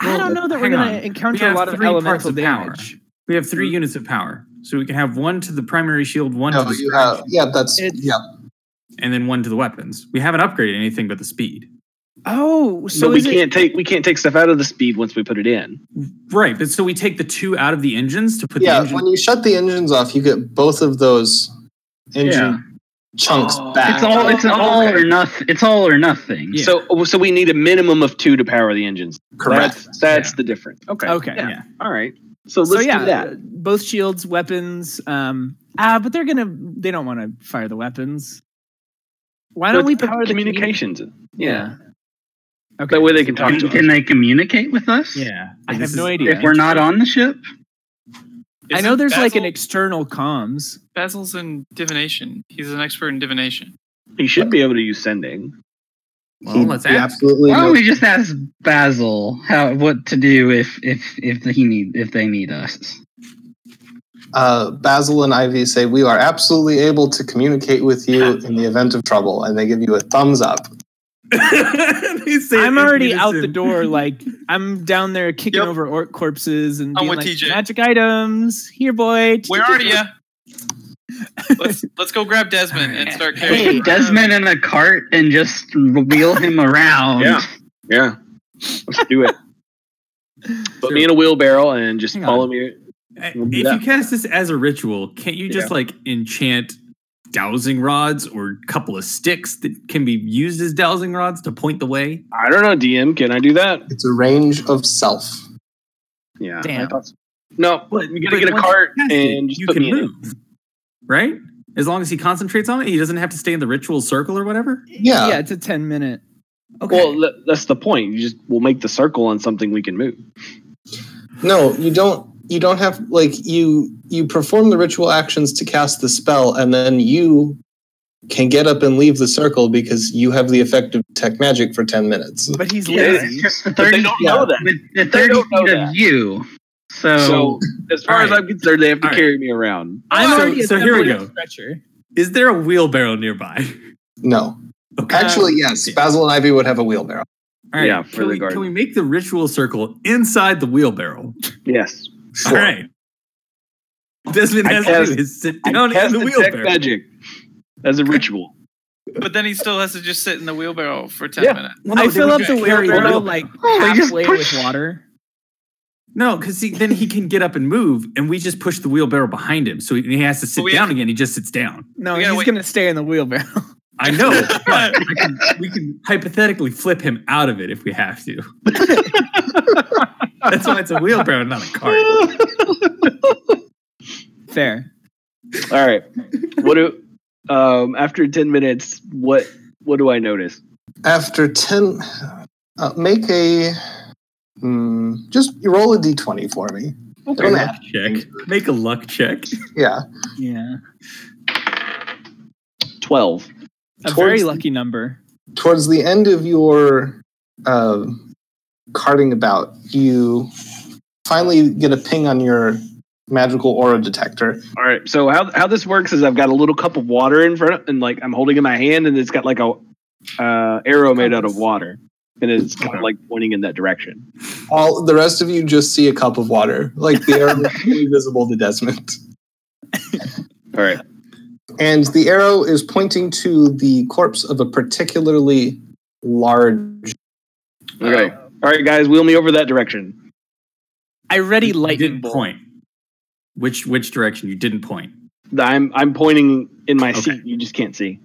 I don't know that we're
hang
going
on.
to encounter
We
a
have
lot of
three parts
elemental
of power.
damage.
we have three units of power, so we can have one to the primary shield, one to
No,
the
you
scratch,
have yeah, that's
It's-
yeah.
and then one to the weapons. We haven't upgraded anything but the speed.
Oh, so
but we
is it-
can't take we can't take stuff out of the speed once we put it in.
Right, but so we take the two out of the engines to put
Yeah,
the engine.
when you shut the engines off, you get both of those engine
Yeah.
chunks
Oh.
back.
It's all it's an
Oh,
all
okay.
or nothing. It's all or nothing.
Yeah.
So so we need a minimum of two to power the engines.
correct.
That's, that's
Yeah.
the difference. Okay.
Okay.
Yeah.
Yeah.
All right. So let's
so yeah, uh,
do that.
both shields, weapons. Um, ah, but they're gonna. They don't want to fire the weapons. Why don't
Let's
we
put
power the communi-
communications? yeah.
Okay.
That way they can talk
Can,
to
can
us.
they communicate with us?
yeah,
I
This
have
is-
no
If
idea.
we're not on the ship,
I
Isn't
know there's like
Basil-
an external comms.
Basil's in divination. He's an expert in divination.
He should be able to use sending.
Well, let's
You
ask.
absolutely
why don't
know.
we just ask Basil how what to do if if if he need if they need us?
Uh, Basil and Ivy say we are absolutely able to communicate with you in the event of trouble, and they give you a thumbs up.
They say
I'm
it in
already out the
unison.
door. Like I'm down there kicking
Yep.
over orc corpses and
I'm
being
with
like,
TJ.
magic items. Here, boy.
Where are you? let's let's go grab Desmond and start
Let's
carrying.
um,
put Desmond in a cart and just wheel him around.
Yeah. Yeah. Let's do it. Put me in a wheelbarrow and just
Hang on.
follow me.
Uh,
We'll do
if you
that.
cast this as a ritual, can't you just
Yeah.
like enchant dowsing rods or a couple of sticks that can be used as dowsing rods to point the way?
I don't know, DM. Can I do that?
It's a range of self.
Yeah. I
Damn.
thought so. No,
But
you gotta get a cart and just
you
put
can
me in it.
move, right? As long as he concentrates on it, he doesn't have to stay in the ritual circle or whatever.
Yeah.
yeah, it's a ten minute.
Okay.
Well, tha- that's the point. You just we'll make the circle on something we can move.
No, you don't. You don't have like you. You perform the ritual actions to cast the spell, and then you can get up and leave the circle because you have the effect of tech magic for ten minutes.
But he's
Yeah.
lazy.
It's just the
But
thirty.
they don't know that.
with the thirty
don't know
feet
that.
of you. So,
So as far as
Alright.
I'm concerned, they have to
Alright.
carry me around.
I'm already so here we go.
Stretcher.
Is there a wheelbarrow nearby?
No,
Okay.
actually, yes. Basil and Ivy would have a wheelbarrow.
All right.
Yeah, for
can,
the
we,
garden.
can we make the ritual circle inside the wheelbarrow?
Yes.
All right. Desmond
I
has
cast-
to do is sit
I
down in
cast
the
detect
wheelbarrow.
magic as a ritual.
But then he still has to just sit in the wheelbarrow for ten
Yeah.
minutes.
Well, no,
I
they
fill
would
up
just
the
carry
wheelbarrow like
Oh, they just
halfway
push-
with water.
No, because then he can get up and move, and we just push the wheelbarrow behind him. So he- he has to sit
We-
down again. He just sits down.
No,
We gotta
he's
wait.
gonna stay in the wheelbarrow.
I know. but I can, we can hypothetically flip him out of it if we have to. That's why it's a wheelbarrow, not a cart.
Fair.
All right. What do um after ten minutes, what what do I notice?
After ten, uh, make a. Hmm, just you roll a d20 for me.
Make a
Okay.
luck check. Make a luck check.
Yeah.
Yeah.
Twelve.
A
Towards
very
the-
lucky number.
towards the end of your uh, carting about, you finally get a ping on your magical aura detector.
All right. So how how this works is I've got a little cup of water in front of, and like I'm holding in my hand and it's got like a uh, arrow made out of water. And it's kind of like pointing in that direction.
All the rest of you just see a cup of water, like the arrow is only visible to Desmond,
All right.
and the arrow is pointing to the corpse of a particularly large.
Okay. All right, guys, wheel me over that direction.
I ready
You
lightning
didn't
bolt.
point. Which which direction? You didn't point.
I'm I'm pointing in my
Okay.
seat. You just can't see.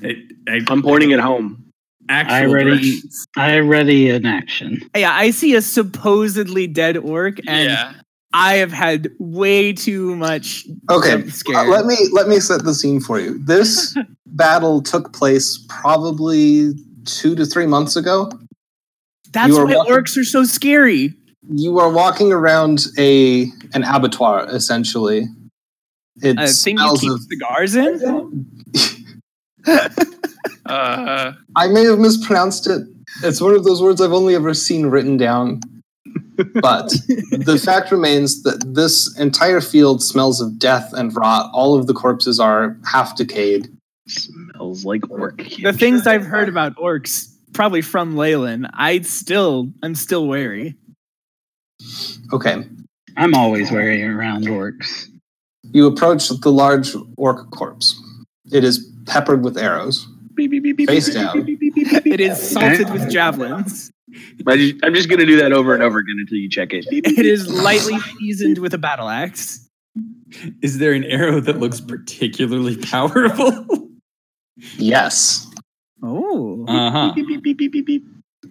It- I-
I'm pointing at home.
actual
I already-
directions.
I ready an action.
Yeah, I see a supposedly dead orc, and
yeah.
I have had way too much
Okay,
jump
Uh,
scare.
let me let me set the scene for you. This battle took place probably two to three months ago.
That's
you are
why
welcome.
orcs are so scary.
you are walking around a an abattoir essentially. It
A Uh, thing you
smells
keep
of.
cigars in?
Uh,
I may have mispronounced it. It's one of those words I've only ever seen written down. But the fact remains that this entire field smells of death and rot. All of the corpses are half decayed.
Smells like work.
The things I've heard about orcs, probably from Leyland, I still, I'm still wary.
Okay,
I'm always wary around orcs.
you approach the large orc corpse. It is peppered with arrows, face down.
It is salted with javelins.
I ju- I'm just gonna do that over and over again until you check it.
It is lightly seasoned with a battle axe.
Is there an arrow that looks particularly powerful?
Yes.
Oh.
Uh,
Uh-huh.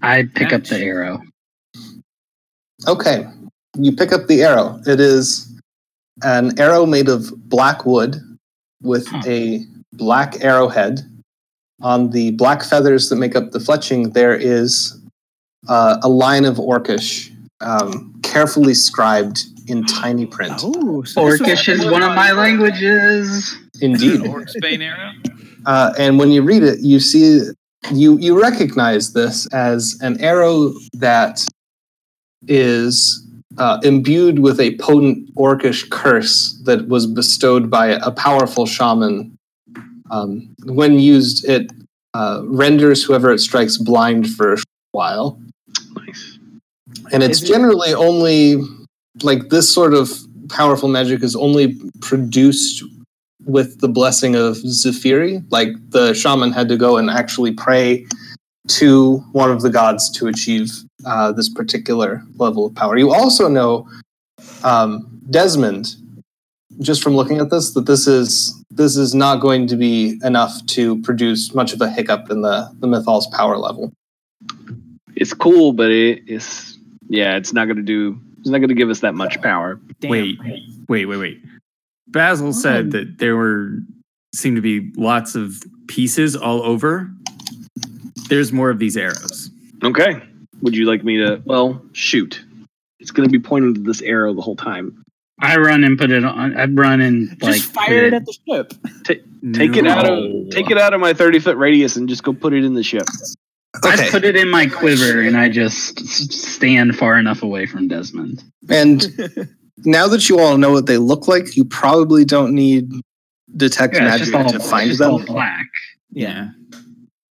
I pick up the arrow.
Okay. You pick up the arrow. It is an arrow made of black wood with
Huh.
a black arrowhead. On the black feathers that make up the fletching, there is uh, a line of orcish, um, carefully scribed in tiny print.
Oh, so this was-
Orcish is one of my languages.
Indeed.
orc's bane arrow.
Uh, and when you read it, you see you you recognize this as an arrow that is uh, imbued with a potent orcish curse that was bestowed by a powerful shaman. Um, when used, it uh, renders whoever it strikes blind for a short while
Nice.
and it's
Is it-
generally only like this sort of powerful magic is only produced with the blessing of Zephyri. Like the shaman had to go and actually pray to one of the gods to achieve uh, this particular level of power. You also know um, Desmond, just from looking at this, that this is this is not going to be enough to produce much of a hiccup in the the Mythal's power level.
It's cool, but it, it's yeah, it's not gonna do. It's not gonna give us that much power.
Damn. Wait, wait, wait, wait. Basil said that there were seemed to be lots of pieces all over. There's more of these arrows.
Okay. Would you like me to? Well, shoot. It's gonna be pointing to this arrow the whole time.
I run and put it on. I run and like
Just fire it
put
at the ship.
Take it out
No.
of take it out of my thirty foot radius and just go put it in the ship.
I put it in my quiver and I just s- stand far enough away from Desmond.
And now that you all know what they look like, you probably don't need detect
Yeah, it's
magic
just all,
to
it's
find
just
them.
all black.
Yeah.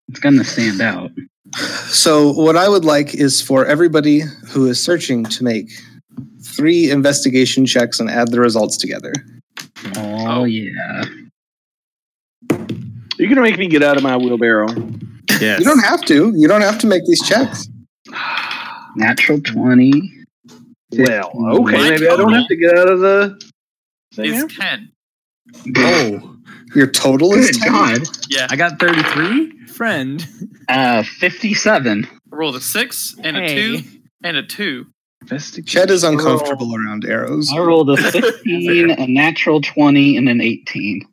It's gonna stand out.
So, what I would like is for everybody who is searching to make three investigation checks and add the results together.
Oh, yeah.
You're gonna make me get out of my wheelbarrow.
Yes.
You don't have to. You don't have to make these checks.
Natural twenty.
Well, okay,
My
maybe I don't
total
have to get out of the. thing
It's
now.
10.
oh,
Your total is
Good
10.
God.
Yeah.
I got 33.
Friend.
Uh, fifty-seven.
I rolled a 6 and a
Hey.
2 and a 2.
Chet is uncomfortable around arrows.
I rolled a sixteen, a natural twenty, and an eighteen.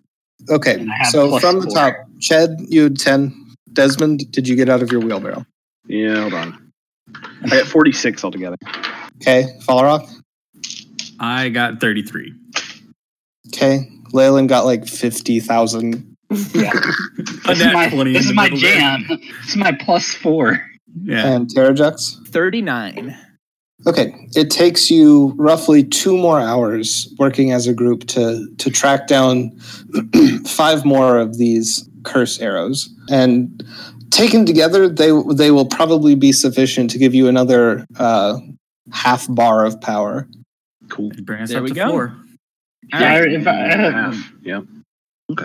Okay,
And I have
so
plus
from the
four.
top, Ched, you had 10. Desmond, did you get out of your wheelbarrow?
Yeah, hold on. I got forty six altogether.
Okay, Falrock?
I got 33.
Okay. Leyland got like 50,000.
This is
nat
my,
20 in
this
the
is my
middle there.
jam. This is my plus four.
Yeah.
And Terrajex?
39.
Okay, it takes you roughly two more hours working as a group to to track down five more of these curse arrows, and taken together, they they will probably be sufficient to give you another uh, half bar of power.
Cool.
It'd bring us
There
up
we
to
go.
four.
Yeah, if I- uh,
yeah.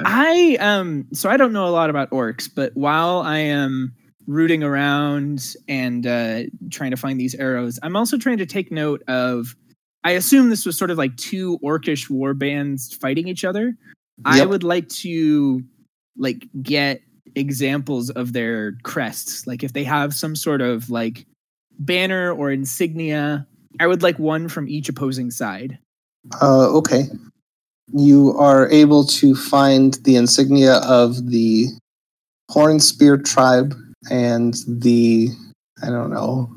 I um so I don't know a lot about orcs, but while I am rooting around and uh, trying to find these arrows, I'm also trying to take note of. I assume this was sort of like two orcish war bands fighting each other. I
Yep.
would like to like get examples of their crests, like if they have some sort of like banner or insignia. I would like one from each opposing side.
Uh, okay, you are able to find the insignia of the Horn Spear tribe and the I don't know.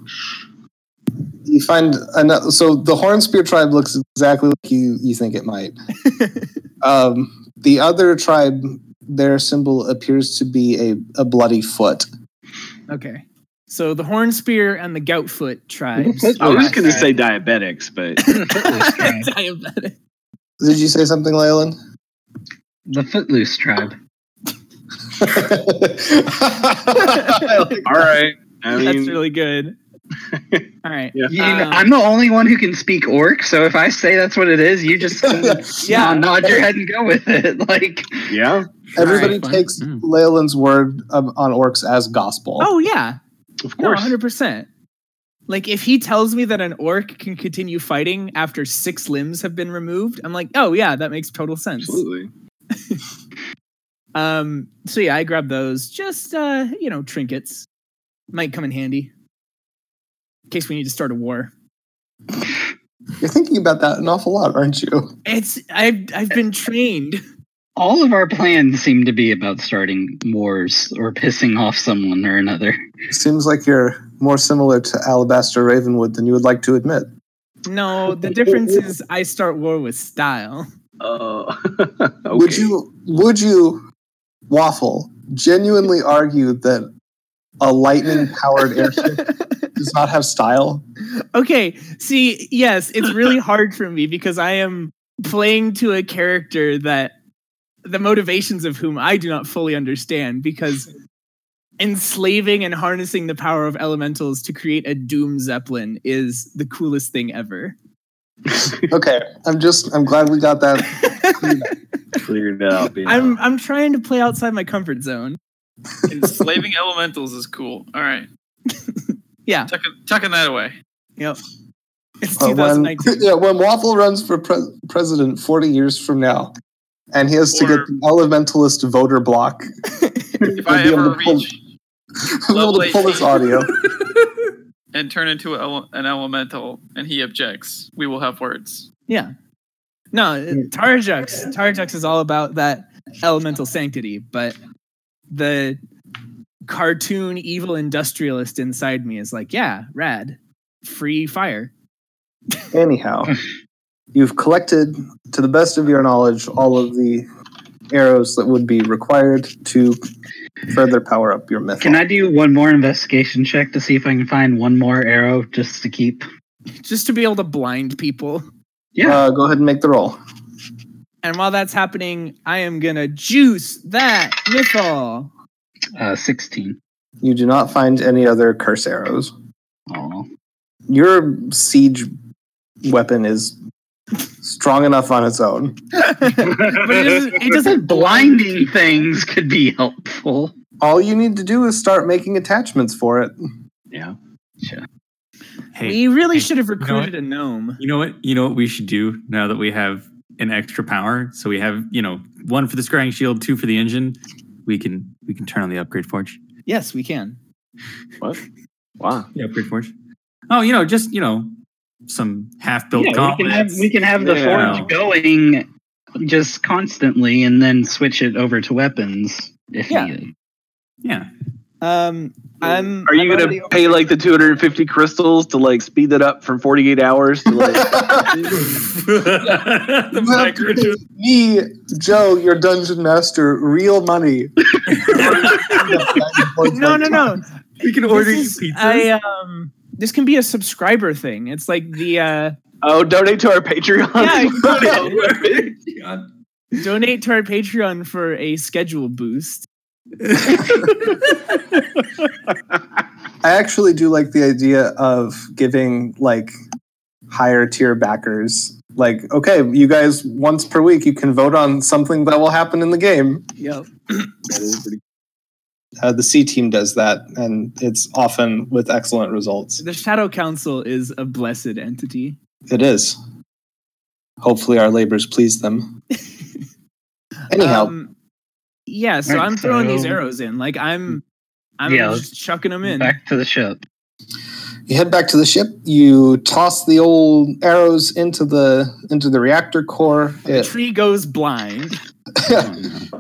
You find another. So the Horn Spear tribe looks exactly like you you think it might. um, the other tribe, their symbol appears to be a, a bloody foot.
Okay. So the horn spear and the goutfoot tribes.
I was gonna say diabetics, but
Diabetic.
Did you say something, Leyland?
the Footloose tribe.
all right. I
That's
mean,
really good. All right.
Yeah.
You know,
Um,
I'm the only one who can speak orc, so if I say that's what it is, you just
Yeah.
yeah. nod your head and go with it. Like
yeah.
Everybody
Alright.
takes
Mm.
Leyland's word of, on orcs as gospel.
Oh yeah.
Of
No,
course.
100%. Like if he tells me that an orc can continue fighting after six limbs have been removed, I'm like, "Oh yeah, that makes total sense."
Absolutely.
Um so yeah, I grab those just uh, you know, trinkets. Might come in handy in case we need to start a war.
You're thinking about that an awful lot, aren't you?
It's I've I've been trained.
all of our plans seem to be about starting wars or pissing off someone or another.
Seems like you're more similar to Alabaster Ravenwood than you would like to admit.
No, the difference is I start war with style.
Oh.
Would you would you waffle genuinely argue that a lightning powered airship does not have style?
Okay, see, yes, it's really hard for me because I am playing to a character that the motivations of whom I do not fully understand because enslaving and harnessing the power of elementals to create a doom zeppelin is the coolest thing ever.
Okay, I'm just I'm glad we got that. uh,
cleared it out? yeah.
I'm I'm trying to play outside my comfort zone.
Enslaving elementals is cool. All right.
Yeah.
Tucking, tucking that away.
Yep. It's
Uh, when,
2019.
yeah, when Waffle runs for pre- president 40 years from now, and he has to get
Or-
the elementalist voter block.
If I
We'll be able
ever
to pull-
reach
I'm able to pull this audio.
and turn into a ele- an elemental and he objects, we will have words.
Yeah. No, it- Tarjux. Tarjux is all about that elemental sanctity, but the cartoon evil industrialist inside me is like, yeah, rad. Free fire.
Anyhow,
Hmm.
you've collected, to the best of your knowledge, all of the arrows that would be required to further power up your myth.
Can I do one more investigation check to see if I can find one more arrow just to keep?
Just to be able to blind people.
Uh, go ahead and make the roll.
And while that's happening, I am gonna juice that mythal.
Uh, 16.
You do not find any other curse arrows.
Oh.
Your siege weapon is strong enough on its own.
But it doesn't, it doesn't
Doesn't blinding things could be helpful?
All you need to do is start making attachments for it.
Yeah.
Hey,
We really
hey,
should have
you know what?
recruited a gnome.
You know what? You know what we should do now that we have an extra power. So we have, you know, one for the scrying shield, two for the engine. We can we can turn on the upgrade forge.
Yes, we can.
Wow.
The upgrade forge. Oh, you know, just you know, some half built
Yeah, we can have
gauntlets.
we can have the
Yeah.
forge going just constantly, and then switch it over to weapons if
Yeah.
needed.
yeah.
Um, I'm.
Are you
I'm
gonna
already-
pay like the 250 crystals to like speed that up from 48 hours to like?
the
You have to pay me, Joe, your dungeon master, real money.
No, no, no.
We can order you
this is
pizzas.
a, um, this can be a subscriber thing. It's like the uh,
oh, donate to our Patreon.
Yeah,
Oh Yeah.
donate to our Patreon for a schedule boost.
I actually do like the idea of giving like higher tier backers. Like, okay, you guys once per week you can vote on something that will happen in the game.
Yep.
Uh, the C team does that, and it's often with excellent results.
The Shadow Council is a blessed entity.
It is. Hopefully, our labors please them. Anyhow,
Um, yeah, so
Alright,
I'm throwing these
so-
arrows in. Like I'm, I'm
Yeah,
just chucking them in.
Back to the ship.
you head back to the ship. You toss the old arrows into the into the reactor core.
The
It,
tree goes blind.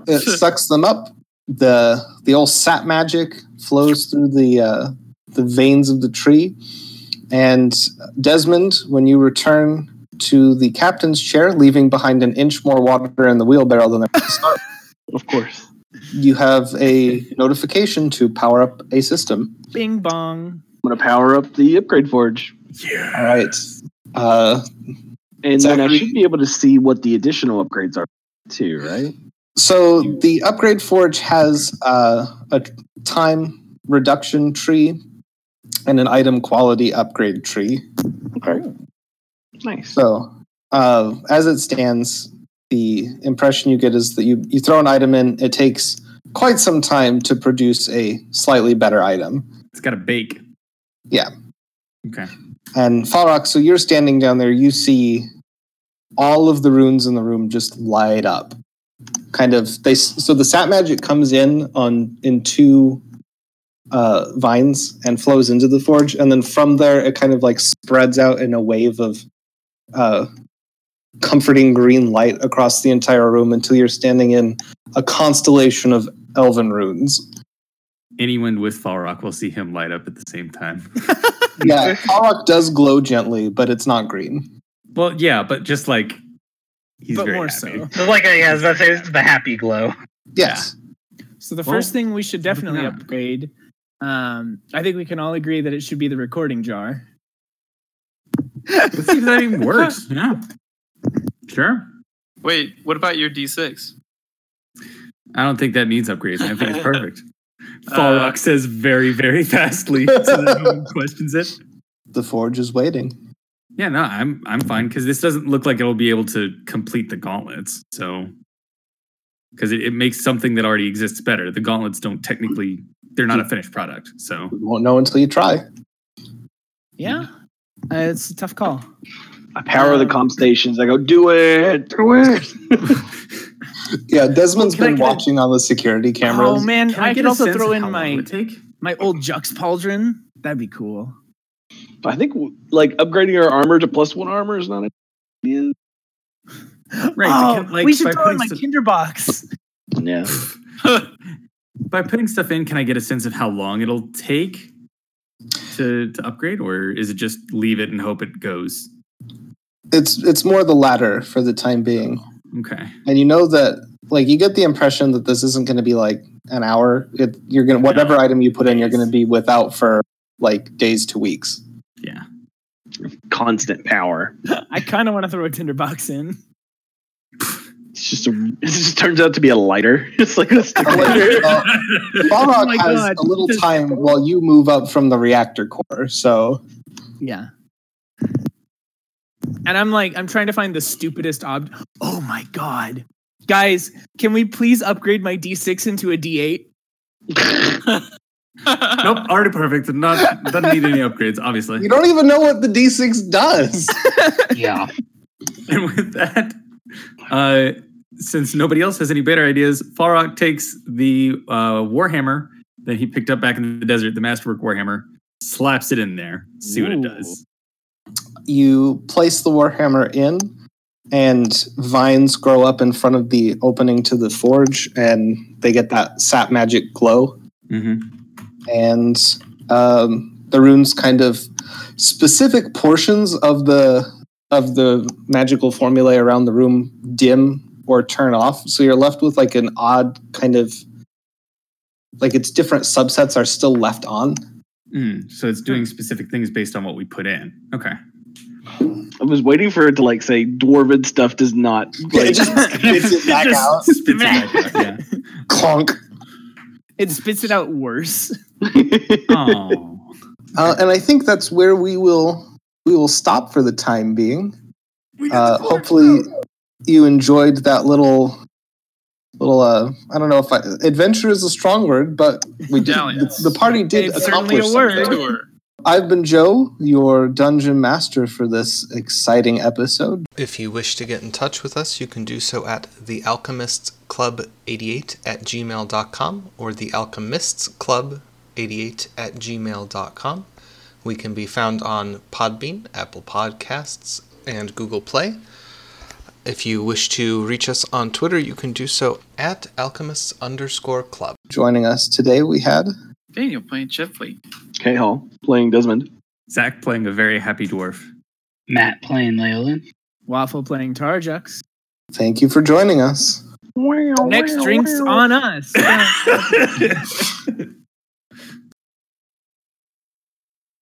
it sucks them up. the The old sap magic flows through the uh, the veins of the tree. And Desmond, when you return to the captain's chair, leaving behind an inch more water in the wheelbarrow than there was to start
of course.
you have a notification to power up a system.
Bing bong.
I'm gonna power up the upgrade forge,
All right. Uh,
and
It's
then
actually-
I should be able to see what the additional upgrades are too, right?
so the upgrade forge has uh, a time reduction tree and an item quality upgrade tree.
Okay. Nice.
So uh, as it stands, the impression you get is that you, you throw an item in, it takes quite some time to produce a slightly better item.
It's got a bake.
Yeah.
Okay.
And Falrock, so you're standing down there, you see all of the runes in the room just light up. Kind of they so the sap magic comes in on in two uh, vines and flows into the forge, and then from there it kind of like spreads out in a wave of uh, comforting green light across the entire room until you're standing in a constellation of elven runes.
Anyone with Falrock will see him light up at the same time.
Yeah, Falrock does glow gently, but it's not green.
Well, yeah, but just like he's
But
very
more
happy.
so.
Like yeah, I was about to say, this is the happy glow.
Yes.
So the
Well,
first thing we should definitely
yeah.
upgrade. Um, I think we can all agree that it should be the recording jar.
Let's see if that even works. Yeah. Sure.
Wait, what about your D6?
I don't think that needs upgrades. I think it's perfect. Falrock says very, very fastly, so that no one questions it.
The forge is waiting.
Yeah, no, I'm I'm fine because this doesn't look like it'll be able to complete the gauntlets. So, because it, it makes something that already exists better. The gauntlets don't technically; they're not a finished product. So,
won't know until you try.
Yeah, uh, it's a tough call.
I power the comp stations. I go, do it, do it.
Yeah, Desmond's
Can I-
been
can I-
watching all the security cameras.
Oh man, I,
get
could
a
also
sense
throw
of
in
how long it
my
would take?
my old Jux pauldron. That'd be cool.
But I think like upgrading our armor to plus one armor is not a yeah.
Right.
oh,
can- like,
we should
by
throw in
putting
my
stuff-
Kinderbox.
Yeah.
by putting stuff in, can I get a sense of how long it'll take to, to upgrade, or is it just leave it and hope it goes?
It's it's more the latter for the time being.
Okay.
And you know that like you get the impression that this isn't going to be like an hour. It, you're going to whatever item you put in, you're going to be without for like days to weeks.
Yeah.
Constant power.
I kind of want to throw a Tinderbox in.
It's just a, it just turns out to be a lighter. It's like a stick
Oh,
lighter.
wait, well, Balrog
my
has
God.
a little time while you move up from the reactor core. So
Yeah. And I'm like, I'm trying to find the stupidest ob. Oh my god, guys, can we please upgrade my D6 into a D8?
Nope. Already perfect. Not doesn't need any upgrades, obviously.
you don't even know what the D6 does.
Yeah.
And with that, uh, since nobody else has any better ideas, Farrock takes the uh, Warhammer that he picked up back in the desert, the Masterwork Warhammer, slaps it in there, see what it does.
you place the warhammer in and vines grow up in front of the opening to the forge and they get that sap magic glow
Mm-hmm.
and um, the runes kind of specific portions of the of the magical formulae around the room dim or turn off so you're left with like an odd kind of like its different subsets are still left on
Mm. so it's doing specific things based on what we put in. Okay.
I was waiting for it to like say dwarven stuff does not
it
like
just spits it back
Just-
out
Spits it back out, yeah.
clonk
It spits it out worse.
Oh.
Uh, and I think that's where we will we will stop for the time being. Uh, hopefully, you enjoyed that little little. Uh, I don't know if I, adventure is a strong word, but we did,
Dalliance.
the party did
It's certainly
accomplish
a word.
something.
Tour.
I've been Joe, your dungeon master for this exciting episode.
If you wish to get in touch with us, you can do so at thealchemistsclub88 at gmail.com or thealchemistsclub88 at gmail.com. We can be found on Podbean, Apple Podcasts, and Google Play. If you wish to reach us on Twitter, you can do so at alchemists underscore club.
Joining us today, we had
Daniel playing Chipley.
K Hall playing Desmond.
Zach playing a very happy dwarf.
Matt playing Leolin.
Waffle playing Tarjux.
thank you for joining us.
Next drinks on us.